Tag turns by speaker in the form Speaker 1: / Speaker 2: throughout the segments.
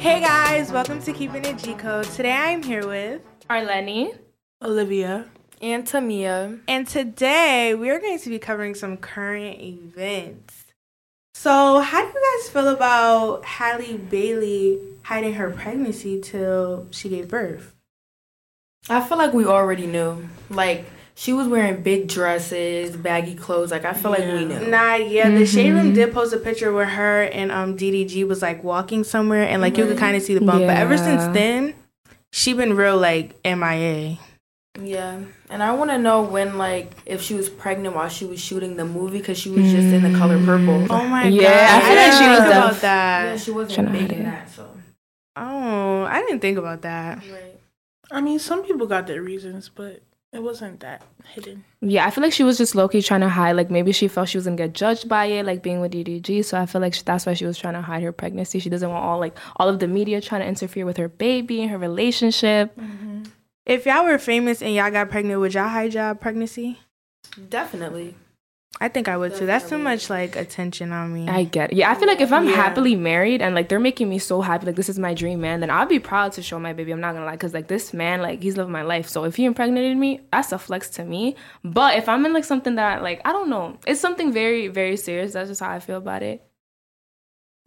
Speaker 1: Hey guys, welcome to Keeping It G Code. Today I'm here with
Speaker 2: Arleni.
Speaker 3: Olivia.
Speaker 4: And Tamia.
Speaker 1: And today we are going to be covering some current events. So, how do you guys feel about Halle Bailey hiding her pregnancy till she gave birth?
Speaker 4: I feel like we already knew. Like, she was wearing big dresses, baggy clothes. Like, I feel like we knew.
Speaker 1: Nah, yeah, the shade room did post a picture where her and um DDG was like walking somewhere, and like you could kind of see the bump. But ever since
Speaker 2: Yeah.
Speaker 1: then, she been real like MIA.
Speaker 4: Yeah. And I want to know when, like, if she was pregnant while she was shooting the movie because she was just in the color purple.
Speaker 1: Oh my
Speaker 2: Yeah,
Speaker 1: god,
Speaker 2: I feel like she
Speaker 1: didn't
Speaker 2: was
Speaker 1: think
Speaker 2: def-
Speaker 1: about
Speaker 4: Yeah,
Speaker 1: that.
Speaker 4: she wasn't
Speaker 2: Tryna
Speaker 4: big
Speaker 2: hide
Speaker 4: in
Speaker 2: it.
Speaker 4: that, so.
Speaker 1: Oh, I didn't think about that.
Speaker 4: Right.
Speaker 3: I mean, some people got their reasons, but it wasn't that hidden.
Speaker 2: Yeah, I feel like she was just low key trying to hide. Like maybe she felt she was gonna get judged by it, like being with DDG. So I feel like she, that's why she was trying to hide her pregnancy. She doesn't want all like all of the media trying to interfere with her baby and her relationship.
Speaker 1: If y'all were famous and y'all got pregnant, would y'all hide y'all pregnancy?
Speaker 4: Definitely.
Speaker 1: I think I would too. That's too
Speaker 4: Definitely.
Speaker 1: much like attention on me.
Speaker 2: I get. It. Yeah, I feel like if I'm
Speaker 4: Yeah.
Speaker 2: happily married and like they're making me so happy, like this is my dream man, then I'll be proud to show my baby. I'm not gonna lie, cause like this man, like he's living my life. So if he impregnated me, that's a flex to me. But if I'm in like something that like I don't know, it's something very very serious. That's just how I feel about it.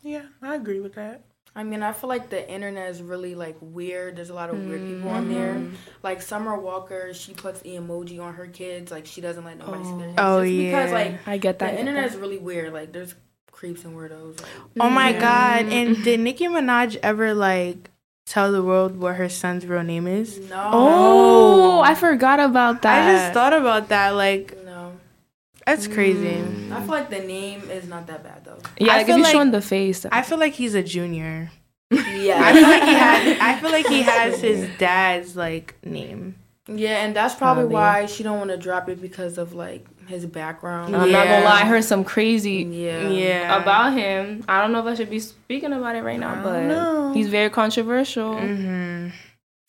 Speaker 3: Yeah, I agree with that.
Speaker 4: I mean, I feel like the internet is really like weird. There's a lot of weird people on
Speaker 1: Mm-hmm.
Speaker 4: there. Like Summer Walker, she puts the emoji on her kids. Like she doesn't let nobody see their kids.
Speaker 1: Oh,
Speaker 4: It's Because
Speaker 1: yeah.
Speaker 4: like
Speaker 2: I get that. I
Speaker 4: the
Speaker 2: get
Speaker 4: internet
Speaker 2: that.
Speaker 4: is really weird. Like there's creeps and weirdos. Like,
Speaker 1: oh my god! And did Nicki Minaj ever like tell the world what her son's real name is?
Speaker 4: no.
Speaker 2: Oh, I forgot about that.
Speaker 1: I just thought about that. Like
Speaker 4: No.
Speaker 1: that's crazy.
Speaker 2: Mm.
Speaker 4: I feel like the name is not that bad though.
Speaker 2: yeah,
Speaker 1: I
Speaker 2: like
Speaker 1: feel
Speaker 2: if you
Speaker 1: like-
Speaker 2: show in the face.
Speaker 1: I feel like he's a junior. I
Speaker 4: Yeah.
Speaker 1: feel like he has. I feel like he has his dad's like name.
Speaker 4: yeah, and that's probably
Speaker 2: Probably.
Speaker 4: why she don't want to drop it because of like his background.
Speaker 2: I'm not gonna
Speaker 1: Yeah.
Speaker 2: lie, I heard some crazy
Speaker 4: Yeah.
Speaker 1: Yeah.
Speaker 2: about him. I don't know if I should be speaking about it right now, but
Speaker 1: Oh.
Speaker 2: he's very controversial.
Speaker 1: hmm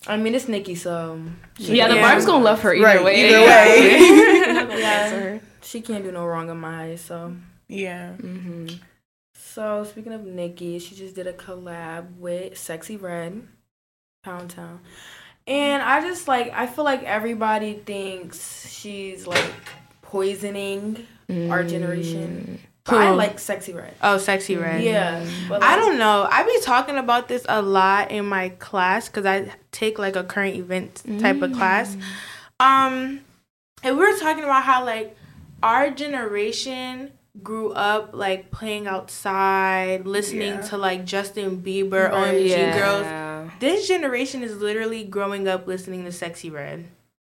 Speaker 4: I mean, it's Nikki, so she
Speaker 2: Yeah, the
Speaker 1: Yeah.
Speaker 2: Barb's gonna love her either
Speaker 3: Right,
Speaker 2: way.
Speaker 3: either way.
Speaker 4: yeah, she can't do no wrong in my eyes. So.
Speaker 3: Yeah.
Speaker 4: hmm So speaking of Nikki, she just did a collab with Sexy Red, Pound Town, and I just like I feel like everybody thinks she's like poisoning our generation. But I
Speaker 1: Who?
Speaker 4: like Sexy Red.
Speaker 1: Oh, sexy red.
Speaker 4: Yeah, Mm. but
Speaker 1: I
Speaker 4: like,
Speaker 1: don't know. I be talking about this a lot in my class because I take like a current event type of class.
Speaker 4: Mm.
Speaker 1: Um, and we were talking about how like our generation grew up like playing outside, listening
Speaker 3: Yeah.
Speaker 1: to like Justin Bieber,
Speaker 4: Right.
Speaker 1: OMG
Speaker 4: Yeah.
Speaker 1: Girls. This generation is literally growing up listening to Sexy Red.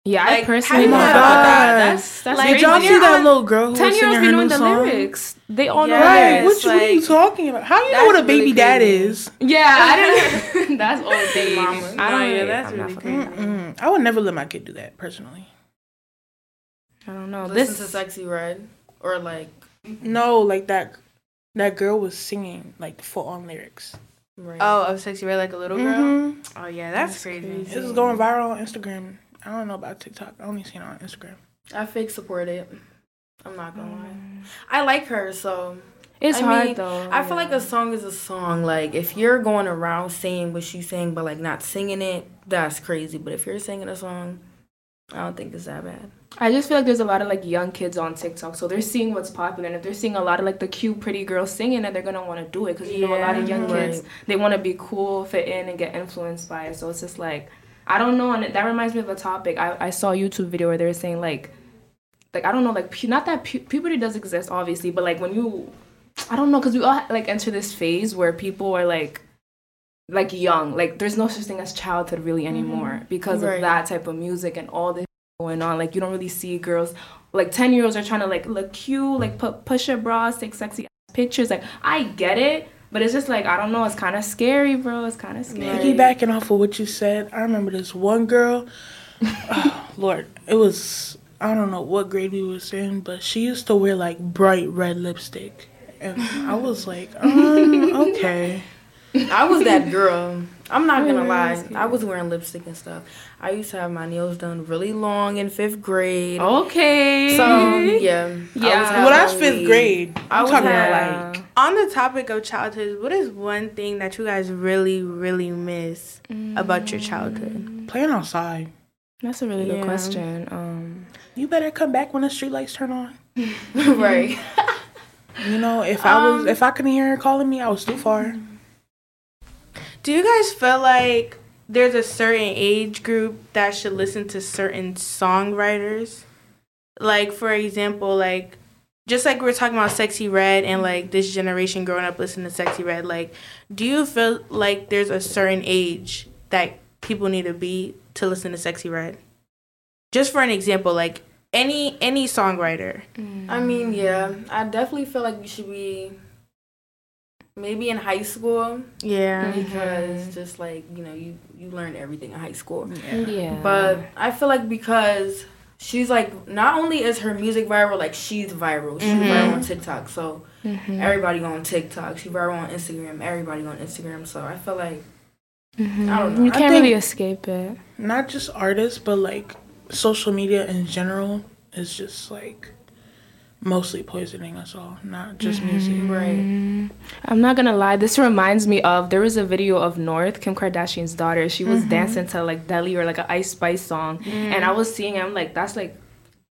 Speaker 2: Yeah,
Speaker 1: Like,
Speaker 2: I
Speaker 1: how
Speaker 2: personally
Speaker 1: you
Speaker 2: know
Speaker 1: not
Speaker 2: about
Speaker 1: about
Speaker 2: that.
Speaker 3: that?
Speaker 2: That's that's
Speaker 1: Like,
Speaker 3: Did
Speaker 2: crazy.
Speaker 3: y'all see that little girl who
Speaker 2: Ten
Speaker 3: was
Speaker 2: year
Speaker 3: singing
Speaker 2: olds
Speaker 3: her
Speaker 2: be knowing
Speaker 3: new
Speaker 2: the
Speaker 3: song?
Speaker 2: lyrics. They all know
Speaker 1: Yes.
Speaker 2: the
Speaker 3: Right.
Speaker 2: lyrics.
Speaker 3: What, you- what are you
Speaker 1: like-
Speaker 3: talking about? How do you know what a
Speaker 4: That's
Speaker 3: baby
Speaker 4: really
Speaker 3: dad
Speaker 4: crazy.
Speaker 3: is?
Speaker 2: Yeah, I didn't. that's old day.
Speaker 4: mama.
Speaker 2: I don't.
Speaker 1: Oh, yeah,
Speaker 2: really-
Speaker 1: that's
Speaker 2: I'm not
Speaker 1: really
Speaker 2: fucking-
Speaker 1: crazy.
Speaker 3: Mm-mm. I would never let my kid do that personally.
Speaker 2: I don't know.
Speaker 4: listen
Speaker 2: This
Speaker 4: to Sexy Red or like
Speaker 3: No, like that. That girl was singing like full on lyrics.
Speaker 4: Red.
Speaker 1: Oh, of Sexy Red, like a little girl.
Speaker 4: Mm-hmm.
Speaker 2: Mm-hmm.
Speaker 3: Mhm.
Speaker 1: Oh yeah, that's, crazy.
Speaker 3: This is going viral on Instagram. I don't know about TikTok. I only seen it on Instagram.
Speaker 4: I fake support it. I'm not gonna lie. I like her so.
Speaker 2: it's
Speaker 4: I
Speaker 2: hard
Speaker 4: mean,
Speaker 2: though.
Speaker 4: I feel like
Speaker 3: Oh.
Speaker 4: a song is a song. Like if you're going around saying what you sing but like not singing it, that's crazy. But if you're singing a song, I don't think it's that bad.
Speaker 2: I just feel like there's a lot of like young kids on TikTok, so they're seeing what's popular, and if they're seeing a lot of like the cute, pretty girls singing, and they're gonna want to do it because you know a lot of young
Speaker 4: Yeah.
Speaker 2: kids they want to be cool, fit in, and get influenced by it. So it's just like I don't know, and that reminds me of a topic I, I saw a YouTube video where they were saying like like I don't know like pu- not that pu- puberty does exist obviously, but like when you I don't know because we all like enter this phase where people are like like young like there's no such thing as childhood really anymore because
Speaker 4: Mm-hmm. Right.
Speaker 2: of that type of music and all this going on like you don't really see girls like 10 year olds are trying to like look cute like put push your bras take sexy ass pictures like i get it but it's just like i don't know it's kind of scary bro it's kind of scary
Speaker 3: Piggybacking off of what you said, I remember this one girl. oh, Lord, it was I don't know what grade we was in, but she used to wear like bright red lipstick, and I was like, um, okay.
Speaker 4: I was that girl. I'm not gonna lie.
Speaker 2: that's
Speaker 4: I was wearing lipstick and stuff. I used to have my nails done really long in fifth grade.
Speaker 2: Okay.
Speaker 4: So yeah, I
Speaker 2: Yeah.
Speaker 3: Oh, Well, that's fifth grade.
Speaker 4: I
Speaker 3: I'm
Speaker 4: was
Speaker 3: talking
Speaker 4: having,
Speaker 3: about like
Speaker 1: On the topic of childhood, what is one thing that you guys really, really miss about your childhood?
Speaker 3: playing outside.
Speaker 2: That's a really good
Speaker 1: Yeah.
Speaker 2: question. Um,
Speaker 3: You better come back when the streetlights turn on.
Speaker 4: right.
Speaker 3: You know, if I was, if I couldn't hear her calling me, I was too far.
Speaker 1: Do you guys feel like there's a certain age group that should listen to certain songwriters? Like, for example, like just like we were talking about Sexy Red and like this generation growing up listening to Sexy Red, like, do you feel like there's a certain age that people need to be to listen to Sexy Red? Just for an example, like any any songwriter.
Speaker 4: I mean, yeah, I definitely feel like you should be maybe in high school
Speaker 1: Yeah.
Speaker 3: Mm-hmm.
Speaker 4: because just like you know you you learn everything in high school.
Speaker 2: yeah.
Speaker 4: But I feel like because she's like not only is her music viral, like she's viral. She's viral on TikTok, so
Speaker 2: Mm-hmm.
Speaker 4: everybody on TikTok. She's viral on Instagram. Everybody on Instagram. So I feel like I don't know.
Speaker 2: you
Speaker 3: I
Speaker 2: can't
Speaker 3: think-
Speaker 2: really escape it.
Speaker 3: Not just artists, but like social media in general is just like mostly poisoning us all, not just music.
Speaker 4: Right.
Speaker 2: I'm not gonna lie. This reminds me of there was a video of North Kim Kardashian's daughter. She was dancing to like Deli or like an Ice Spice song, and I was seeing. it, I'm like, that's like,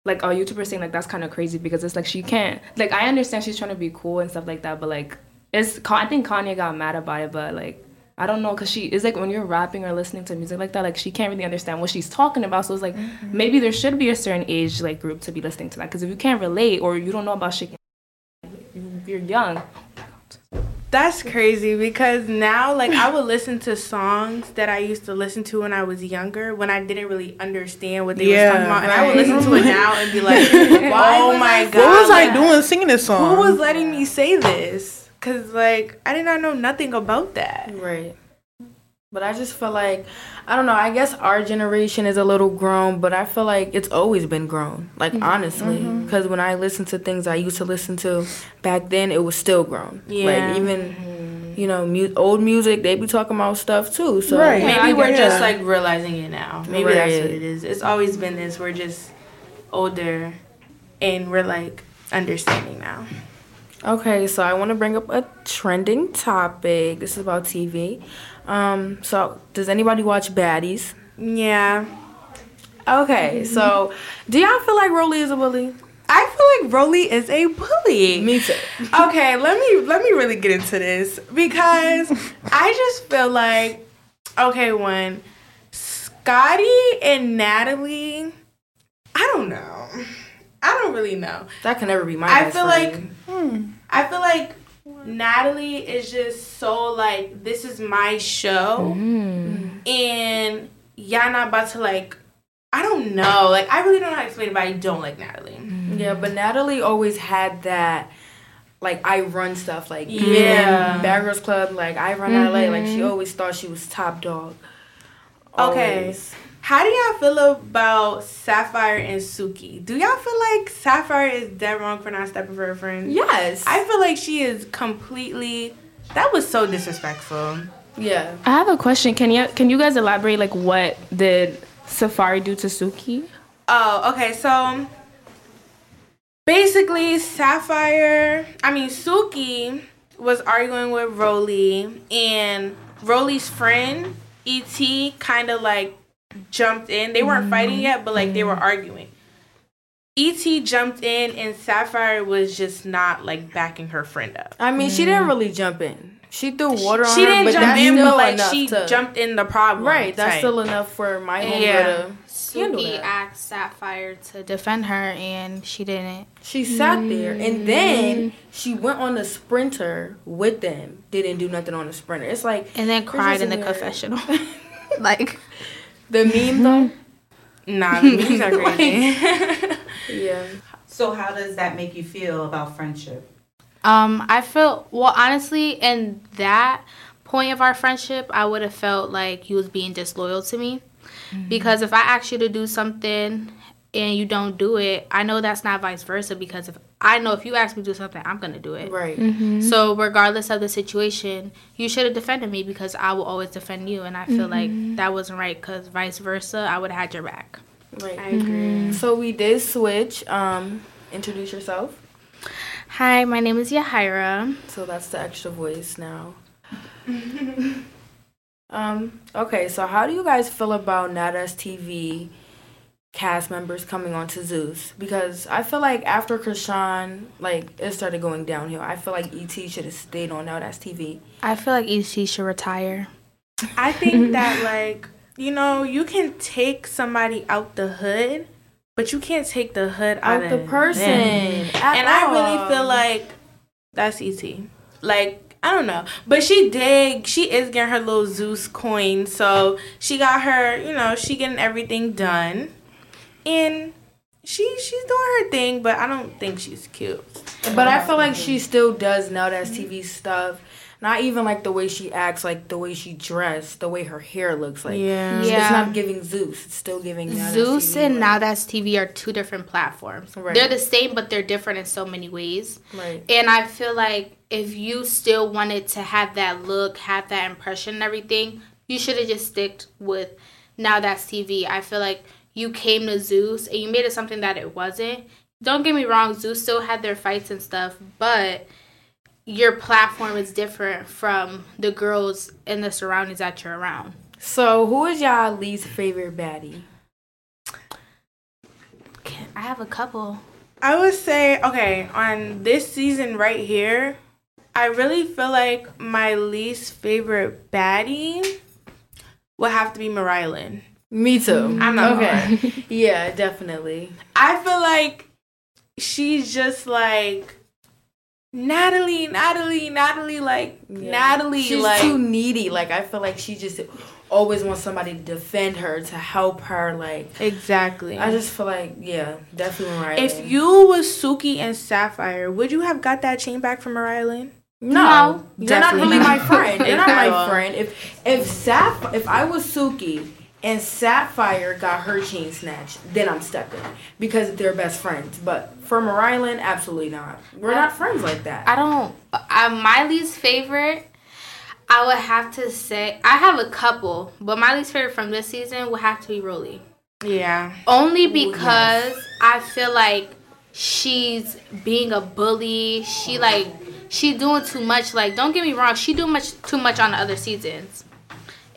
Speaker 2: like a YouTuber saying like that's kind of crazy because it's like she can't. Like I understand she's trying to be cool and stuff like that, but like it's. Ka- I think Kanye got mad about it, but like. I don't know, cause she is like when you're rapping or listening to music like that, like she can't really understand what she's talking about. So it's like maybe there should be a certain age like group to be listening to that, cause if you can't relate or you don't know about shaking, you're young.
Speaker 1: That's crazy because now, like, I would listen to songs that I used to listen to when I was younger when I didn't really understand what they
Speaker 3: Yeah,
Speaker 1: was talking about. And I would
Speaker 4: right.
Speaker 1: listen to it now and be like, why oh my God.
Speaker 3: What was I
Speaker 1: like,
Speaker 3: doing singing this song?
Speaker 1: Who was letting me say this? Because, like, I did not know nothing about that.
Speaker 4: Right. But I just feel like I don't know. I guess our generation is a little grown, but I feel like it's always been grown. Like honestly, because when I listen to things I used to listen to back then, it was still grown.
Speaker 1: Yeah.
Speaker 4: Like even you know, mu- old music, they be talking about stuff too. So
Speaker 3: Right.
Speaker 1: Maybe
Speaker 3: Yeah, I
Speaker 1: we're
Speaker 3: get
Speaker 1: just,
Speaker 3: it.
Speaker 1: like, realizing it now. Maybe that's what
Speaker 4: Right.
Speaker 1: it is. It's always been this. We're just older and we're, like, understanding now.
Speaker 4: Okay, so I want to bring up a trending topic. This is about TV. Um, so does anybody watch Baddies?
Speaker 1: Yeah.
Speaker 4: Okay, so do y'all feel like Rolly is a bully?
Speaker 1: I feel like Rolly is a bully.
Speaker 4: too.
Speaker 1: okay let me let me really get into this because i just feel like okay one scotty and natalie i don't know i don't really know
Speaker 4: That can never be my.
Speaker 1: i
Speaker 4: best
Speaker 1: feel
Speaker 4: friend.
Speaker 1: like Hmm. i feel like natalie is just so like this is my show
Speaker 4: Mm.
Speaker 1: and y'all not about to like i don't know like i really don't know how to explain it but i don't like natalie
Speaker 4: Yeah, but Natalie always had that, like I run stuff, like
Speaker 1: Yeah.
Speaker 4: in Bad Girls Club, like I run LA, like she always thought she was top dog.
Speaker 1: Okay.
Speaker 4: Always.
Speaker 1: How do y'all feel about Sapphire and Suki? Do y'all feel like Sapphire is dead wrong for not stepping for her friend?
Speaker 4: Yes.
Speaker 1: I feel like she is completely. That was so disrespectful.
Speaker 4: yeah.
Speaker 2: I have a question. Can you can you guys elaborate like what did Safari do to Suki?
Speaker 1: Oh, okay. So basically, Sapphire, I mean, Suki was arguing with Roly, and Roly's friend, ET, kind of like jumped in. They weren't fighting yet, but like they were arguing. ET jumped in, and Sapphire was just not like backing her friend up.
Speaker 4: I mean, she didn't really jump in. She threw water on
Speaker 1: She
Speaker 4: her,
Speaker 1: didn't
Speaker 4: but
Speaker 1: jump
Speaker 4: that's
Speaker 1: in,
Speaker 4: still
Speaker 1: but like
Speaker 4: enough
Speaker 1: she
Speaker 4: to,
Speaker 1: jumped in the problem.
Speaker 4: Right, that's
Speaker 1: type.
Speaker 4: still enough for my homegirl
Speaker 1: Yeah.
Speaker 4: to handle
Speaker 5: Suki
Speaker 4: that.
Speaker 5: asked Sapphire to defend her, and she didn't.
Speaker 4: She sat there, and then she went on the sprinter with them. Didn't do nothing on the sprinter. It's like
Speaker 5: And then cried in the
Speaker 4: weird.
Speaker 5: confessional. like,
Speaker 4: the meme though.
Speaker 1: nah. the memes are crazy.
Speaker 4: Yeah.
Speaker 6: So how does that make you feel about friendship?
Speaker 5: um, I felt well, honestly, in that point of our friendship, I would have felt like you was being disloyal to me,
Speaker 4: Mm-hmm.
Speaker 5: because if I ask you to do something and you don't do it, I know that's not vice versa. Because if I know if you ask me to do something, I'm gonna do it.
Speaker 4: Right. Mm-hmm.
Speaker 5: So regardless of the situation, you should have defended me because I will always defend you, and I feel
Speaker 4: Mm-hmm.
Speaker 5: like that wasn't right. Because vice versa, I would have had your back.
Speaker 4: Right. I agree. So we did switch. Um, introduce yourself.
Speaker 5: Hi, my name is Yahira.
Speaker 4: So that's the extra voice now. um, okay, so how do you guys feel about Nada's TV cast members coming on to Zeus? Because I feel like after Krishan, like it started going downhill. I feel like ET should have stayed on now that's TV.
Speaker 5: I feel like EC should retire.
Speaker 1: I think that like you know you can take somebody out the hood, but you can't take the hood out,
Speaker 4: Out
Speaker 1: of
Speaker 4: the person.
Speaker 1: them.
Speaker 4: At
Speaker 1: And I really
Speaker 4: all.
Speaker 1: feel like that's easy. Like I don't know, but she did. She is getting her little Zeus coin, so she got her. You know, she getting everything done, and she she's doing her thing. But I don't think she's cute.
Speaker 4: But I feel like she still does now that's TV stuff. Not even like the way she acts, like the way she dressed, the way her hair looks like.
Speaker 1: Yeah.
Speaker 4: It's
Speaker 5: Yeah.
Speaker 4: not giving Zeus. It's still giving now that's
Speaker 5: Zeus
Speaker 4: TV,
Speaker 5: and
Speaker 4: like-
Speaker 5: Now That's TV are two different platforms.
Speaker 4: Right.
Speaker 5: They're the same, but they're different in so many ways.
Speaker 4: Right.
Speaker 5: And I feel like if you still wanted to have that look, have that impression and everything, you should have just sticked with Now That's TV. I feel like you came to Zeus and you made it something that it wasn't. Don't get me wrong, Zeus still had their fights and stuff, but your platform is different from the girls in the surroundings that you're around.
Speaker 4: So who is y'all least favorite baddie?
Speaker 5: I have a couple.
Speaker 1: I would say, okay, on this season right here, I really feel like my least favorite baddie would have to be Mariah Lynn.
Speaker 4: Me too.
Speaker 1: I'm not okay.
Speaker 4: Okay. yeah, definitely.
Speaker 1: I feel like she's just like Natalie, Natalie, Natalie, like
Speaker 4: Yeah.
Speaker 1: Natalie,
Speaker 4: She's
Speaker 1: like
Speaker 4: too needy. Like I feel like she just always wants somebody to defend her, to help her. Like
Speaker 1: exactly.
Speaker 4: I just feel like yeah, definitely right.
Speaker 1: if you was Suki and Sapphire, would you have got that chain back from Mariah Lynn?
Speaker 4: No, you're not
Speaker 1: Definitely
Speaker 4: really
Speaker 1: not.
Speaker 4: my friend. You're not
Speaker 1: At
Speaker 4: my
Speaker 1: all.
Speaker 4: friend. If if Sap, if I was Suki and Sapphire got her chain snatched, then I'm stepping because they're best friends. But for Mariah Lynn, absolutely not. We're not friends like that.
Speaker 5: I don't. I, my least favorite, I would have to say I have a couple, but my least favorite from this season would have to be Rolly,
Speaker 1: Yeah.
Speaker 5: only because I feel like she's being a bully. She like she doing too much. Like don't get me wrong, she do much too much on the other seasons.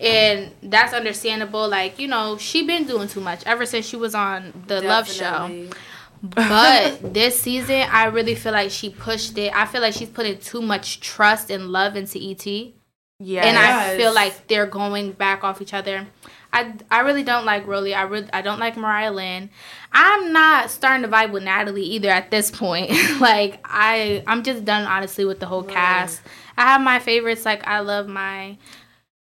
Speaker 5: And that's understandable. Like you know, she been doing too much ever since she was on the Love Show.
Speaker 4: Definitely.
Speaker 5: But this season, I really feel like she pushed it. I feel like she's putting too much trust and love into ET,
Speaker 1: Yeah.
Speaker 5: and I
Speaker 4: Yes.
Speaker 5: feel like they're going back off each other. I, I really don't like Rolly. I really I don't like Mariah Lynn. I'm not starting to vibe with Natalie either at this point. like I I'm just done honestly with the whole cast. I have my favorites. Like I love my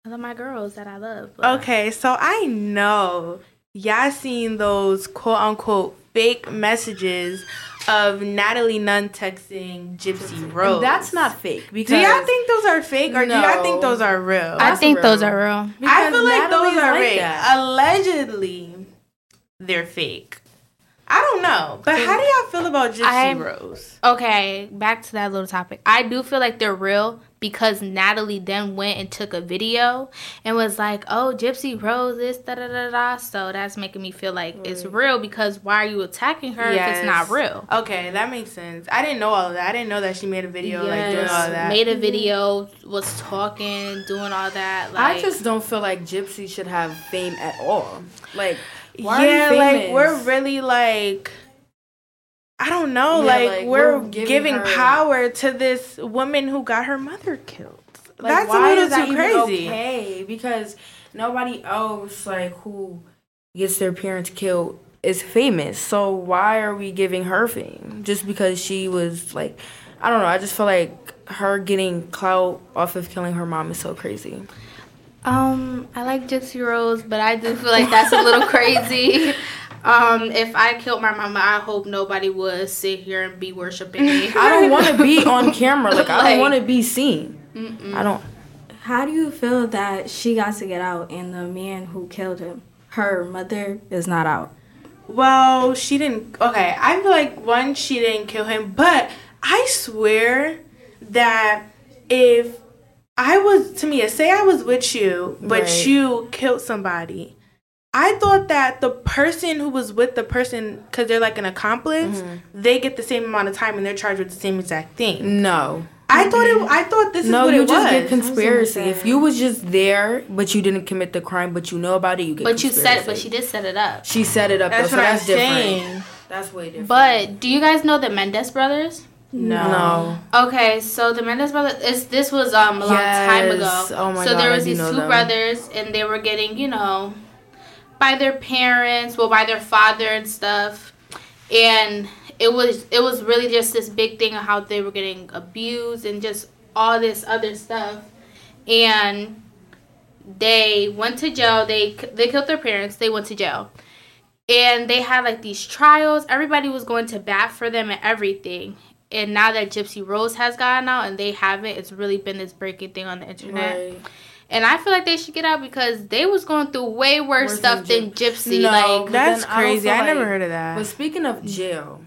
Speaker 5: I love my girls that I love. but-
Speaker 1: Okay, so I know y'all seen those quote unquote fake messages of Natalie Nunn texting Gypsy Rose.
Speaker 4: And that's not fake. Because
Speaker 1: Do y'all think those are fake or do y'all
Speaker 4: No.
Speaker 1: think those are real?
Speaker 5: I
Speaker 1: I,
Speaker 4: That's
Speaker 5: think those
Speaker 4: real.
Speaker 5: are real.
Speaker 4: because
Speaker 1: feel like
Speaker 4: Natalie's
Speaker 1: those are
Speaker 4: like
Speaker 1: fake.
Speaker 4: that.
Speaker 1: Allegedly, they're fake. I don't know, but how do y'all feel about Gypsy
Speaker 5: I-
Speaker 1: Rose?
Speaker 5: Okay, back to that little topic. I do feel like they're real because Natalie then went and took a video and was like, "Oh, Gypsy Rose is da da da da." So that's making me feel like it's real because why are you attacking her if it's not
Speaker 1: Yes.
Speaker 5: real?
Speaker 1: Okay, that makes sense. I didn't know all of that. I didn't know that she made a video like doing
Speaker 4: Yes.
Speaker 1: all that.
Speaker 5: Made a video, was talking, doing all that. Like,
Speaker 4: I just don't feel like Gypsy should have fame at all. Like why
Speaker 1: yeah,
Speaker 4: are you
Speaker 1: like
Speaker 4: famous?
Speaker 1: we're really like I don't know,
Speaker 4: Yeah,
Speaker 1: like,
Speaker 4: like,
Speaker 1: we're,
Speaker 4: we're giving
Speaker 1: giving,
Speaker 4: her-
Speaker 1: power to this woman who got her mother killed.
Speaker 4: Like,
Speaker 1: That's a
Speaker 4: why
Speaker 1: little
Speaker 4: is that
Speaker 1: too
Speaker 4: even
Speaker 1: crazy.
Speaker 4: Okay, because nobody else like who gets their parents killed is famous. So why are we giving her fame just because she was like, I don't know. I just feel like her getting clout off of killing her mom is so crazy.
Speaker 5: um, I like Gypsy Rose, but I do feel like that's a little crazy. Um, if I killed my mama, I hope nobody would sit here and be worshiping me.
Speaker 4: I don't want to be on camera. Like I
Speaker 5: Like-
Speaker 4: don't want to be seen. I don't.
Speaker 7: How do you feel that she got to get out and the man who killed him, her mother, is not out?
Speaker 1: Well, she didn't. Okay, I feel like one, she didn't kill him, but I swear that if I was to me, say I was with you, but
Speaker 2: Right.
Speaker 1: you killed somebody. I thought that the person who was with the person, because they're like an accomplice, they get the same amount of time and they're charged with the same exact thing.
Speaker 4: No.
Speaker 1: I thought it. I thought this
Speaker 4: No,
Speaker 1: is what
Speaker 4: you
Speaker 1: it
Speaker 4: just
Speaker 1: was.
Speaker 4: get conspiracy. If you was just there, but you didn't commit the crime, but you know about it, you get.
Speaker 5: But you set, but
Speaker 4: conspiracy.
Speaker 5: she did set it up.
Speaker 4: She set it up.
Speaker 1: that's
Speaker 4: though,
Speaker 1: what
Speaker 4: so
Speaker 1: I'm
Speaker 4: that's different.
Speaker 1: saying.
Speaker 4: That's way different.
Speaker 5: But do you guys know the Mendes brothers?
Speaker 4: no.
Speaker 5: Okay, so the Mendes brothers. It's, this was um a long time ago.
Speaker 4: Yes. Oh my
Speaker 5: so there
Speaker 4: God, I
Speaker 5: was
Speaker 4: do
Speaker 5: these
Speaker 4: know
Speaker 5: two
Speaker 4: them.
Speaker 5: brothers, and they were getting you know, by their parents, well by their father and stuff, and it was it was really just this big thing of how they were getting abused and just all this other stuff, and they went to jail. They they killed their parents. They went to jail. And they had like these trials. Everybody was going to bat for them and everything. And now that Gypsy Rose has gotten out and they haven't, it's really been this breaking thing on the internet.
Speaker 4: Right.
Speaker 5: And I feel like they should get out because they was going through way worse,
Speaker 4: Worse
Speaker 5: stuff
Speaker 4: than
Speaker 5: than Gypsy.
Speaker 4: No,
Speaker 5: Like,
Speaker 1: That's
Speaker 4: But then I
Speaker 1: crazy. I
Speaker 4: also,
Speaker 1: never
Speaker 4: like,
Speaker 1: heard of that.
Speaker 4: But speaking of jail,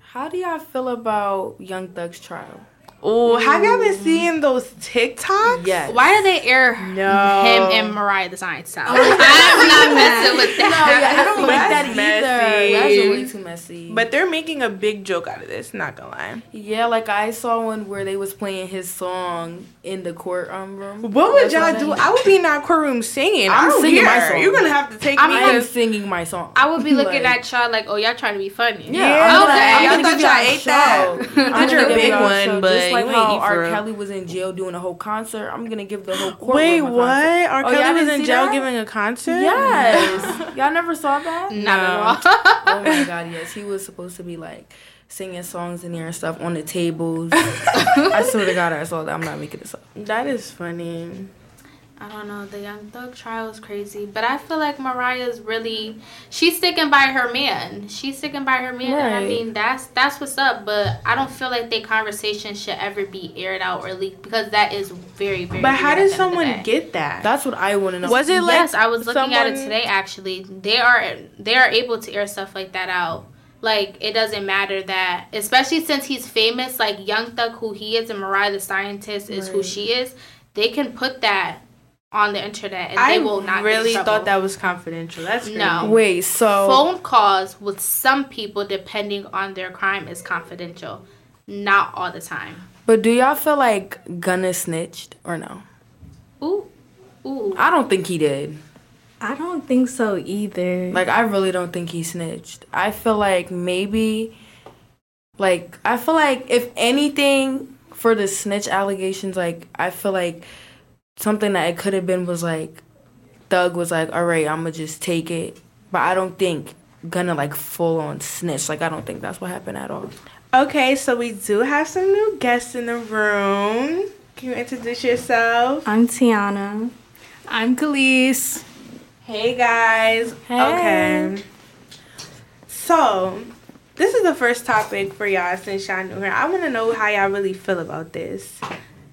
Speaker 4: how do y'all feel about Young Thug's trial?
Speaker 1: Oh, have y'all been seeing those TikToks?
Speaker 4: Yes.
Speaker 5: why did they air him
Speaker 1: No.
Speaker 5: and Mariah the Science
Speaker 4: Oh,
Speaker 5: Child? I'm not messing with that.
Speaker 4: I don't like that
Speaker 1: That's
Speaker 4: either.
Speaker 1: messy.
Speaker 4: That's way too messy.
Speaker 1: But they're making a big joke out of this, not gonna lie.
Speaker 4: yeah, like I saw one where they was playing his song in the courtroom room.
Speaker 1: What would
Speaker 4: That's what
Speaker 1: y'all
Speaker 4: I
Speaker 1: do?
Speaker 4: mean.
Speaker 1: I would be in that courtroom singing. I'm I am do not
Speaker 4: I'm singing my
Speaker 1: care.
Speaker 4: song.
Speaker 1: You're gonna have to take
Speaker 5: I'm
Speaker 1: me
Speaker 4: I am
Speaker 1: because
Speaker 4: singing my song.
Speaker 5: I would be looking
Speaker 4: Like-
Speaker 5: at y'all like, oh, y'all trying to be funny.
Speaker 4: Yeah,
Speaker 1: Yeah,
Speaker 4: I'm gonna-
Speaker 5: okay.
Speaker 4: I'm gonna
Speaker 5: I
Speaker 1: thought
Speaker 4: give
Speaker 1: y'all
Speaker 4: y'all a
Speaker 1: ate that.
Speaker 4: show.
Speaker 1: I
Speaker 4: I'm
Speaker 1: thought you're a
Speaker 4: gonna give
Speaker 1: big
Speaker 4: y'all
Speaker 1: one,
Speaker 4: show.
Speaker 1: but
Speaker 4: just like
Speaker 1: you ain't
Speaker 4: how
Speaker 1: eat for
Speaker 4: R.
Speaker 1: real.
Speaker 4: Kelly was in jail doing a whole concert, I'm gonna give the whole courtroom
Speaker 1: wait,
Speaker 4: a concert.
Speaker 1: what? R.
Speaker 4: Oh,
Speaker 1: Kelly
Speaker 4: y'all
Speaker 1: was
Speaker 4: didn't
Speaker 1: in
Speaker 4: see
Speaker 1: jail
Speaker 4: that?
Speaker 1: giving a concert?
Speaker 4: Yes, y'all never saw that.
Speaker 5: Not at all.
Speaker 4: Oh my god, yes, he was supposed to be like singing songs in there and stuff on the tables. I swear to God, I saw that. I'm not making this up.
Speaker 1: That is funny.
Speaker 5: I don't know. The Young Thug trial is crazy, but I feel like Mariah's really she's sticking by her man. She's sticking by her man, and I
Speaker 4: Right.
Speaker 5: mean that's that's what's up. But I don't feel like their conversation should ever be aired out or leaked because that is very very.
Speaker 1: But how did
Speaker 5: weird at the end of the
Speaker 1: someone
Speaker 5: day.
Speaker 1: get that?
Speaker 4: That's what I want to know.
Speaker 1: Was it like
Speaker 5: yes, I was looking at it
Speaker 1: someone-
Speaker 5: today. Actually, they are they are able to air stuff like that out. Like it doesn't matter that, especially since he's famous. Like Young Thug, who he is, and Mariah the Scientist is who she is. They can put that on the internet, and
Speaker 1: I
Speaker 5: they will not. get in
Speaker 1: really
Speaker 5: trouble.
Speaker 1: thought that was confidential. That's crazy.
Speaker 5: No.
Speaker 4: Wait, so
Speaker 5: phone calls with some people, depending on their crime, is confidential. Not all the time.
Speaker 4: but do y'all feel like Gunna snitched or no?
Speaker 5: Ooh, ooh.
Speaker 4: I don't think he did.
Speaker 7: I don't think so either.
Speaker 4: Like I really don't think he snitched. I feel like maybe like I feel like if anything for the snitch allegations like I feel like something that it could have been was like Thug was like, "All right, I'm going to just take it." But I don't think gonna like full on snitch. Like I don't think that's what happened at all.
Speaker 1: Okay, so we do have some new guests in the room. Can you introduce yourself?
Speaker 7: I'm Tiana. I'm Khalees.
Speaker 1: Hey guys. Okay. So, this is the first topic for y'all since y'all new here. I want to know how y'all really feel about this.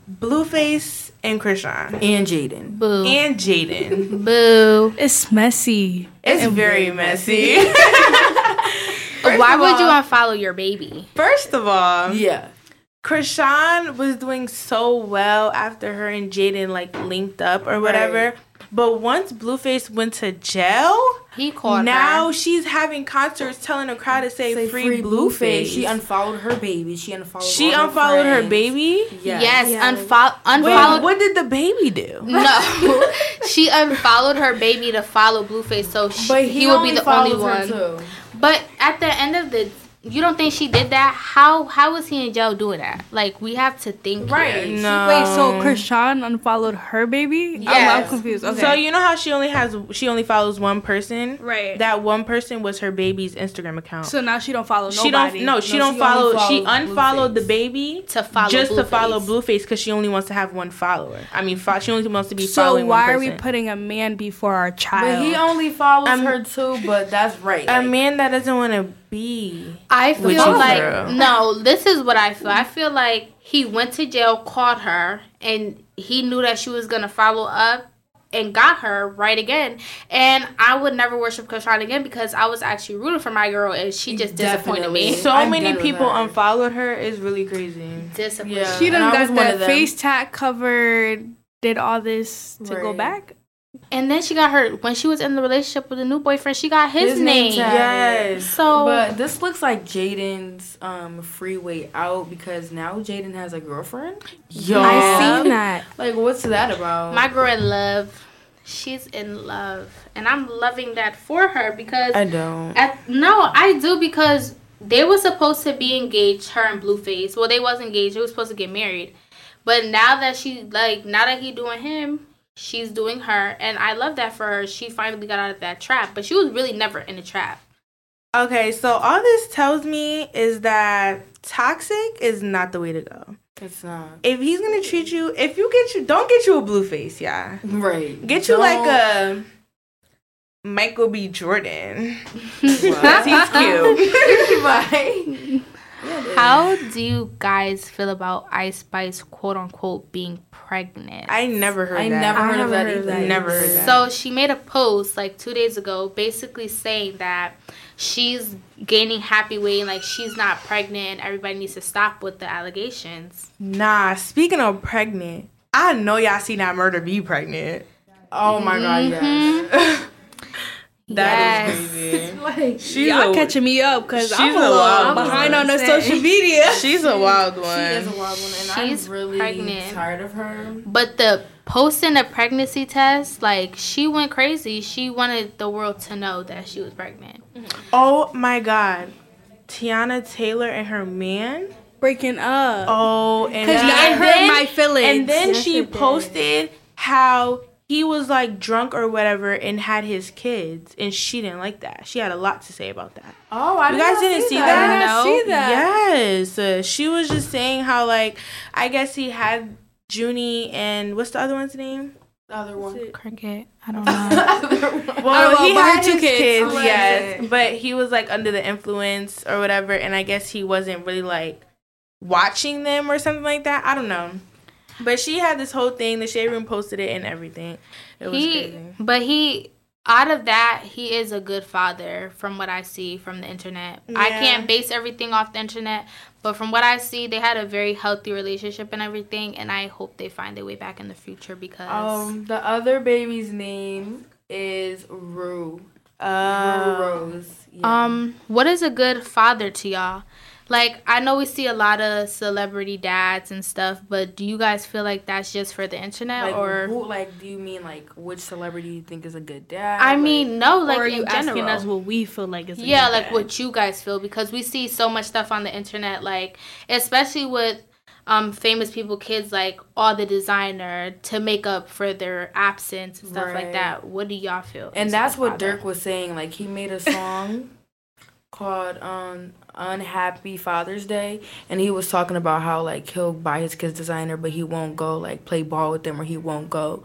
Speaker 1: Blueface and Krishan
Speaker 4: And Jaden.
Speaker 5: Boo.
Speaker 1: and Jaden.
Speaker 5: Boo.
Speaker 7: It's messy.
Speaker 1: It's very messy.
Speaker 5: Why would you unfollow your baby?
Speaker 1: First of all,
Speaker 4: Yeah.
Speaker 1: Krishan was doing so well after her and Jaden like linked up or whatever. But once Blueface went to jail,
Speaker 5: He called
Speaker 1: now
Speaker 5: her.
Speaker 1: she's having concerts telling the crowd to say,
Speaker 4: Say
Speaker 1: free,
Speaker 4: free
Speaker 1: Blueface.
Speaker 4: She unfollowed her baby. She unfollowed.
Speaker 1: She
Speaker 4: all
Speaker 1: unfollowed her
Speaker 4: friends.
Speaker 1: baby.
Speaker 4: Yes.
Speaker 5: Yes,
Speaker 7: Yeah.
Speaker 5: unfollow.
Speaker 1: Wait,
Speaker 5: Unfollowed.
Speaker 1: what did the baby do?
Speaker 5: No, she unfollowed her baby to follow Blueface, so she,
Speaker 4: But
Speaker 5: he,
Speaker 4: he,
Speaker 5: will be the only
Speaker 4: follows her
Speaker 5: one.
Speaker 4: Too.
Speaker 5: But at the end of the, you don't think she did that? How how was he in jail doing that? Like we have to think. Right.
Speaker 1: No.
Speaker 7: Wait, so
Speaker 4: Um,
Speaker 7: Krishan unfollowed her baby? I'm, I'm
Speaker 5: Yes.
Speaker 7: confused. Okay.
Speaker 1: So you know how she only has she only follows one person.
Speaker 7: right.
Speaker 1: That one person was her baby's Instagram account.
Speaker 7: so now she don't follow
Speaker 1: she
Speaker 7: nobody.
Speaker 1: don't no, she
Speaker 4: No,
Speaker 1: don't
Speaker 4: she only
Speaker 1: follow. She
Speaker 4: follows
Speaker 1: unfollowed the
Speaker 4: Blueface.
Speaker 1: baby
Speaker 5: To follow
Speaker 1: just to
Speaker 5: Blueface.
Speaker 1: follow Blueface because she only wants to have one follower. I mean, fo- she only wants to be
Speaker 7: So
Speaker 1: following
Speaker 7: why
Speaker 1: one
Speaker 7: are
Speaker 1: person.
Speaker 7: we putting a man before our
Speaker 4: But
Speaker 7: child?
Speaker 4: he only follows
Speaker 1: Um,
Speaker 4: her too, but that's right.
Speaker 1: a man that doesn't want to be.
Speaker 5: I
Speaker 1: Which
Speaker 5: feel
Speaker 1: is
Speaker 5: like
Speaker 1: girl.
Speaker 5: no. This is what I feel. I feel like he went to jail, caught her, and he knew that she was gonna follow up, and got her right again. And I would never worship Krishan again because I was actually rooting for my girl and she just disappointed me.
Speaker 1: So
Speaker 4: I'm
Speaker 1: many
Speaker 4: done with
Speaker 1: people
Speaker 4: that.
Speaker 1: unfollowed her is really crazy.
Speaker 5: Disappointed.
Speaker 4: Yeah.
Speaker 7: She done
Speaker 4: And I was
Speaker 7: got
Speaker 4: one of
Speaker 7: that
Speaker 4: them.
Speaker 7: face tat covered, did all this to go
Speaker 4: Right.
Speaker 7: back.
Speaker 5: And then she got her when she was in the relationship with a new boyfriend. She got his,
Speaker 4: His name
Speaker 5: name.
Speaker 4: tag.
Speaker 1: Yes.
Speaker 5: So
Speaker 4: But this looks like Jaden's um freeway out because now Jaden has a girlfriend.
Speaker 1: Yo.
Speaker 7: I
Speaker 4: um,
Speaker 7: seen that.
Speaker 4: Like, what's that about?
Speaker 5: my girl in love, she's in love, and I'm loving that for her because
Speaker 4: I don't.
Speaker 5: At, no, I do because they were supposed to be engaged, her and Blueface. Well, they was engaged. They were supposed to get married. But now that she like now that he doing him, she's doing her, and I love that for her. She finally got out of that trap, but she was really never in a trap.
Speaker 1: Okay, so all this tells me is that toxic is not the way to go.
Speaker 4: It's not
Speaker 1: If he's gonna treat you, if you get you, don't get you a blue face, yeah.
Speaker 4: right.
Speaker 1: Get you like
Speaker 4: Don't-
Speaker 1: a Michael B. Jordan. 'Cause he's cute.
Speaker 5: How do you guys feel about Ice Spice quote unquote being pregnant?
Speaker 1: I never heard
Speaker 4: I
Speaker 1: that.
Speaker 4: never
Speaker 1: I
Speaker 4: heard of that
Speaker 1: haven't
Speaker 4: either.
Speaker 1: Never heard that.
Speaker 5: So she made a post like two days ago, basically saying that she's gaining happy weight, and, like she's not pregnant. and Everybody needs to stop with the allegations.
Speaker 1: Nah, speaking of pregnant, I know y'all seen that murder be pregnant.
Speaker 4: Oh my god, yes.
Speaker 1: That is
Speaker 5: Yes.
Speaker 1: crazy.
Speaker 4: Like,
Speaker 1: She's
Speaker 7: Y'all
Speaker 1: a,
Speaker 7: catching me up because
Speaker 1: she's
Speaker 7: I'm a
Speaker 1: a
Speaker 7: little
Speaker 1: wild
Speaker 7: behind
Speaker 1: one.
Speaker 7: on the social media.
Speaker 1: she's a wild
Speaker 4: she is a
Speaker 1: one.
Speaker 4: wild one, and
Speaker 5: She's
Speaker 4: I'm really
Speaker 5: pregnant.
Speaker 4: tired of her.
Speaker 5: But the posting a pregnancy test, like she went crazy. She wanted the world to know that she was pregnant.
Speaker 1: Oh my god. Tiana Taylor and her man.
Speaker 7: Breaking up.
Speaker 1: Oh, and
Speaker 7: Because
Speaker 1: then-
Speaker 7: I
Speaker 1: and
Speaker 7: hurt
Speaker 1: then-
Speaker 7: my feelings.
Speaker 1: And then
Speaker 7: Yes,
Speaker 1: she
Speaker 7: it did.
Speaker 1: posted how he was like drunk or whatever and had his kids, and she didn't like that. She had a lot to say about that.
Speaker 4: Oh, I
Speaker 1: You guys didn't see
Speaker 7: I did
Speaker 1: that?
Speaker 7: not
Speaker 5: No.
Speaker 7: see that.
Speaker 1: Yes, uh, she was just saying how like I guess he had Junie and what's the other one's name?
Speaker 4: The other one.
Speaker 5: Cricket. I don't know.
Speaker 1: Well,
Speaker 7: well,
Speaker 1: he
Speaker 7: but her
Speaker 1: had
Speaker 7: two
Speaker 1: two
Speaker 7: kids.
Speaker 1: kids,
Speaker 4: Oh,
Speaker 1: yes,
Speaker 4: right.
Speaker 1: but he was like under the influence or whatever, and I guess he wasn't really like watching them or something like that. I don't know. But she had this whole thing. The shade room posted it and everything. It was
Speaker 5: he,
Speaker 1: crazy.
Speaker 5: but he, out of that, he is a good father from what I see from the internet. I
Speaker 1: Yeah.
Speaker 5: can't base everything off the internet, but from what I see, they had a very healthy relationship and everything, and I hope they find their way back in the future because
Speaker 1: Oh,
Speaker 4: Um, the other baby's name is Rue. Rue
Speaker 1: Uh,
Speaker 4: Rose. Yeah.
Speaker 5: Um, what is a good father to y'all? Like, I know we see a lot of celebrity dads and stuff, but do you guys feel like that's just for the internet
Speaker 4: like,
Speaker 5: or?
Speaker 4: who, like, do you mean like which celebrity you think is a good dad?
Speaker 5: I
Speaker 4: Like,
Speaker 5: mean, no,
Speaker 7: Or
Speaker 5: like
Speaker 7: are
Speaker 5: in
Speaker 7: you
Speaker 5: general.
Speaker 7: asking us what we feel like is a
Speaker 5: yeah,
Speaker 7: good
Speaker 5: like
Speaker 7: dad?
Speaker 5: what you guys feel because we see so much stuff on the internet, like especially with um famous people, kids, like all the designer to make up for their absence and stuff like
Speaker 4: Right.
Speaker 5: that. What do y'all feel?
Speaker 4: and
Speaker 5: is a
Speaker 4: that's
Speaker 5: good
Speaker 4: what
Speaker 5: father?
Speaker 4: Dirk was saying. Like, he made a song called um "Unhappy Father's Day," and he was talking about how like he'll buy his kids designer, but he won't go like play ball with them, or he won't go,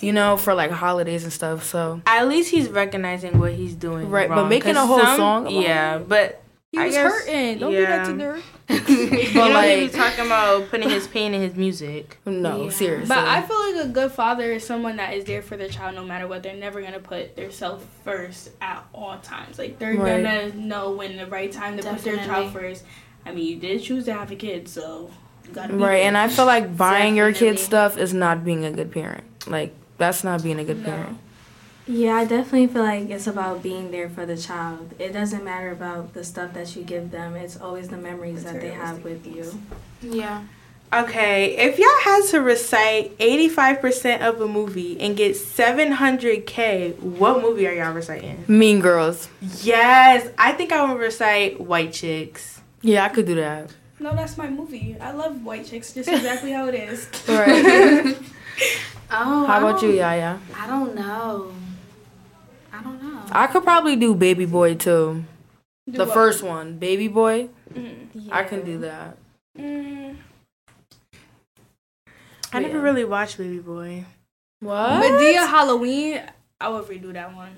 Speaker 4: you know, for like holidays and stuff. So
Speaker 1: at least he's recognizing what he's doing.
Speaker 4: Right, but
Speaker 1: wrong,
Speaker 4: making a
Speaker 1: 'cause
Speaker 4: whole song about
Speaker 1: Yeah, but
Speaker 7: He
Speaker 1: I
Speaker 7: was
Speaker 1: guess-
Speaker 7: hurting. Don't
Speaker 1: yeah.
Speaker 7: do that to Dirk.
Speaker 1: you know
Speaker 4: like-
Speaker 1: he was talking about putting his pain in his music.
Speaker 4: no,
Speaker 5: Yeah.
Speaker 4: seriously.
Speaker 7: But I feel like a good father is someone that is there for their child no matter what. They're never gonna put themselves first at all times. Like they're
Speaker 4: Right.
Speaker 7: gonna know when the right time to put their child
Speaker 5: Definitely.
Speaker 7: first. I mean, you did choose to have a kid, so you gotta be
Speaker 4: Right, and I feel like buying your
Speaker 5: Definitely.
Speaker 4: kids stuff is not being a good parent. Like that's not being a good parent.
Speaker 8: Yeah, I definitely feel like it's about being there for the child. It doesn't matter about the stuff that you give them. It's always the memories that they have with you.
Speaker 5: yeah.
Speaker 1: Okay, if y'all had to recite 85% of a movie and get 700K, what movie are y'all reciting?
Speaker 4: Mean Girls.
Speaker 1: Yes, I think I would recite White Chicks.
Speaker 4: Yeah, I could do that.
Speaker 7: No, that's my movie. I love White Chicks. Just exactly how it is.
Speaker 4: Right.
Speaker 5: Oh,
Speaker 4: How about you, Yaya?
Speaker 5: I don't know. I don't know.
Speaker 4: I could probably do Baby Boy too.
Speaker 7: Do
Speaker 4: the
Speaker 7: what?
Speaker 4: first one, Baby Boy.
Speaker 7: Mm.
Speaker 4: I can do that.
Speaker 7: Mm.
Speaker 1: I never
Speaker 4: Yeah.
Speaker 1: really watched Baby Boy.
Speaker 4: What?
Speaker 7: Medea Halloween. I would redo that one.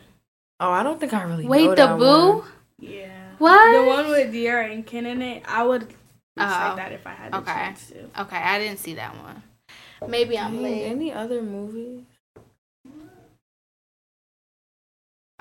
Speaker 4: oh, I don't think I really.
Speaker 5: Wait,
Speaker 4: know
Speaker 5: the
Speaker 4: that
Speaker 5: boo?
Speaker 4: one.
Speaker 7: Yeah.
Speaker 5: What?
Speaker 7: The one with Dior and Ken in it. I would recite
Speaker 5: Oh,
Speaker 7: that if I had the
Speaker 5: okay.
Speaker 7: chance to.
Speaker 5: Okay, I didn't see that one. Maybe I'm
Speaker 4: Dang,
Speaker 5: late.
Speaker 4: Any other movie?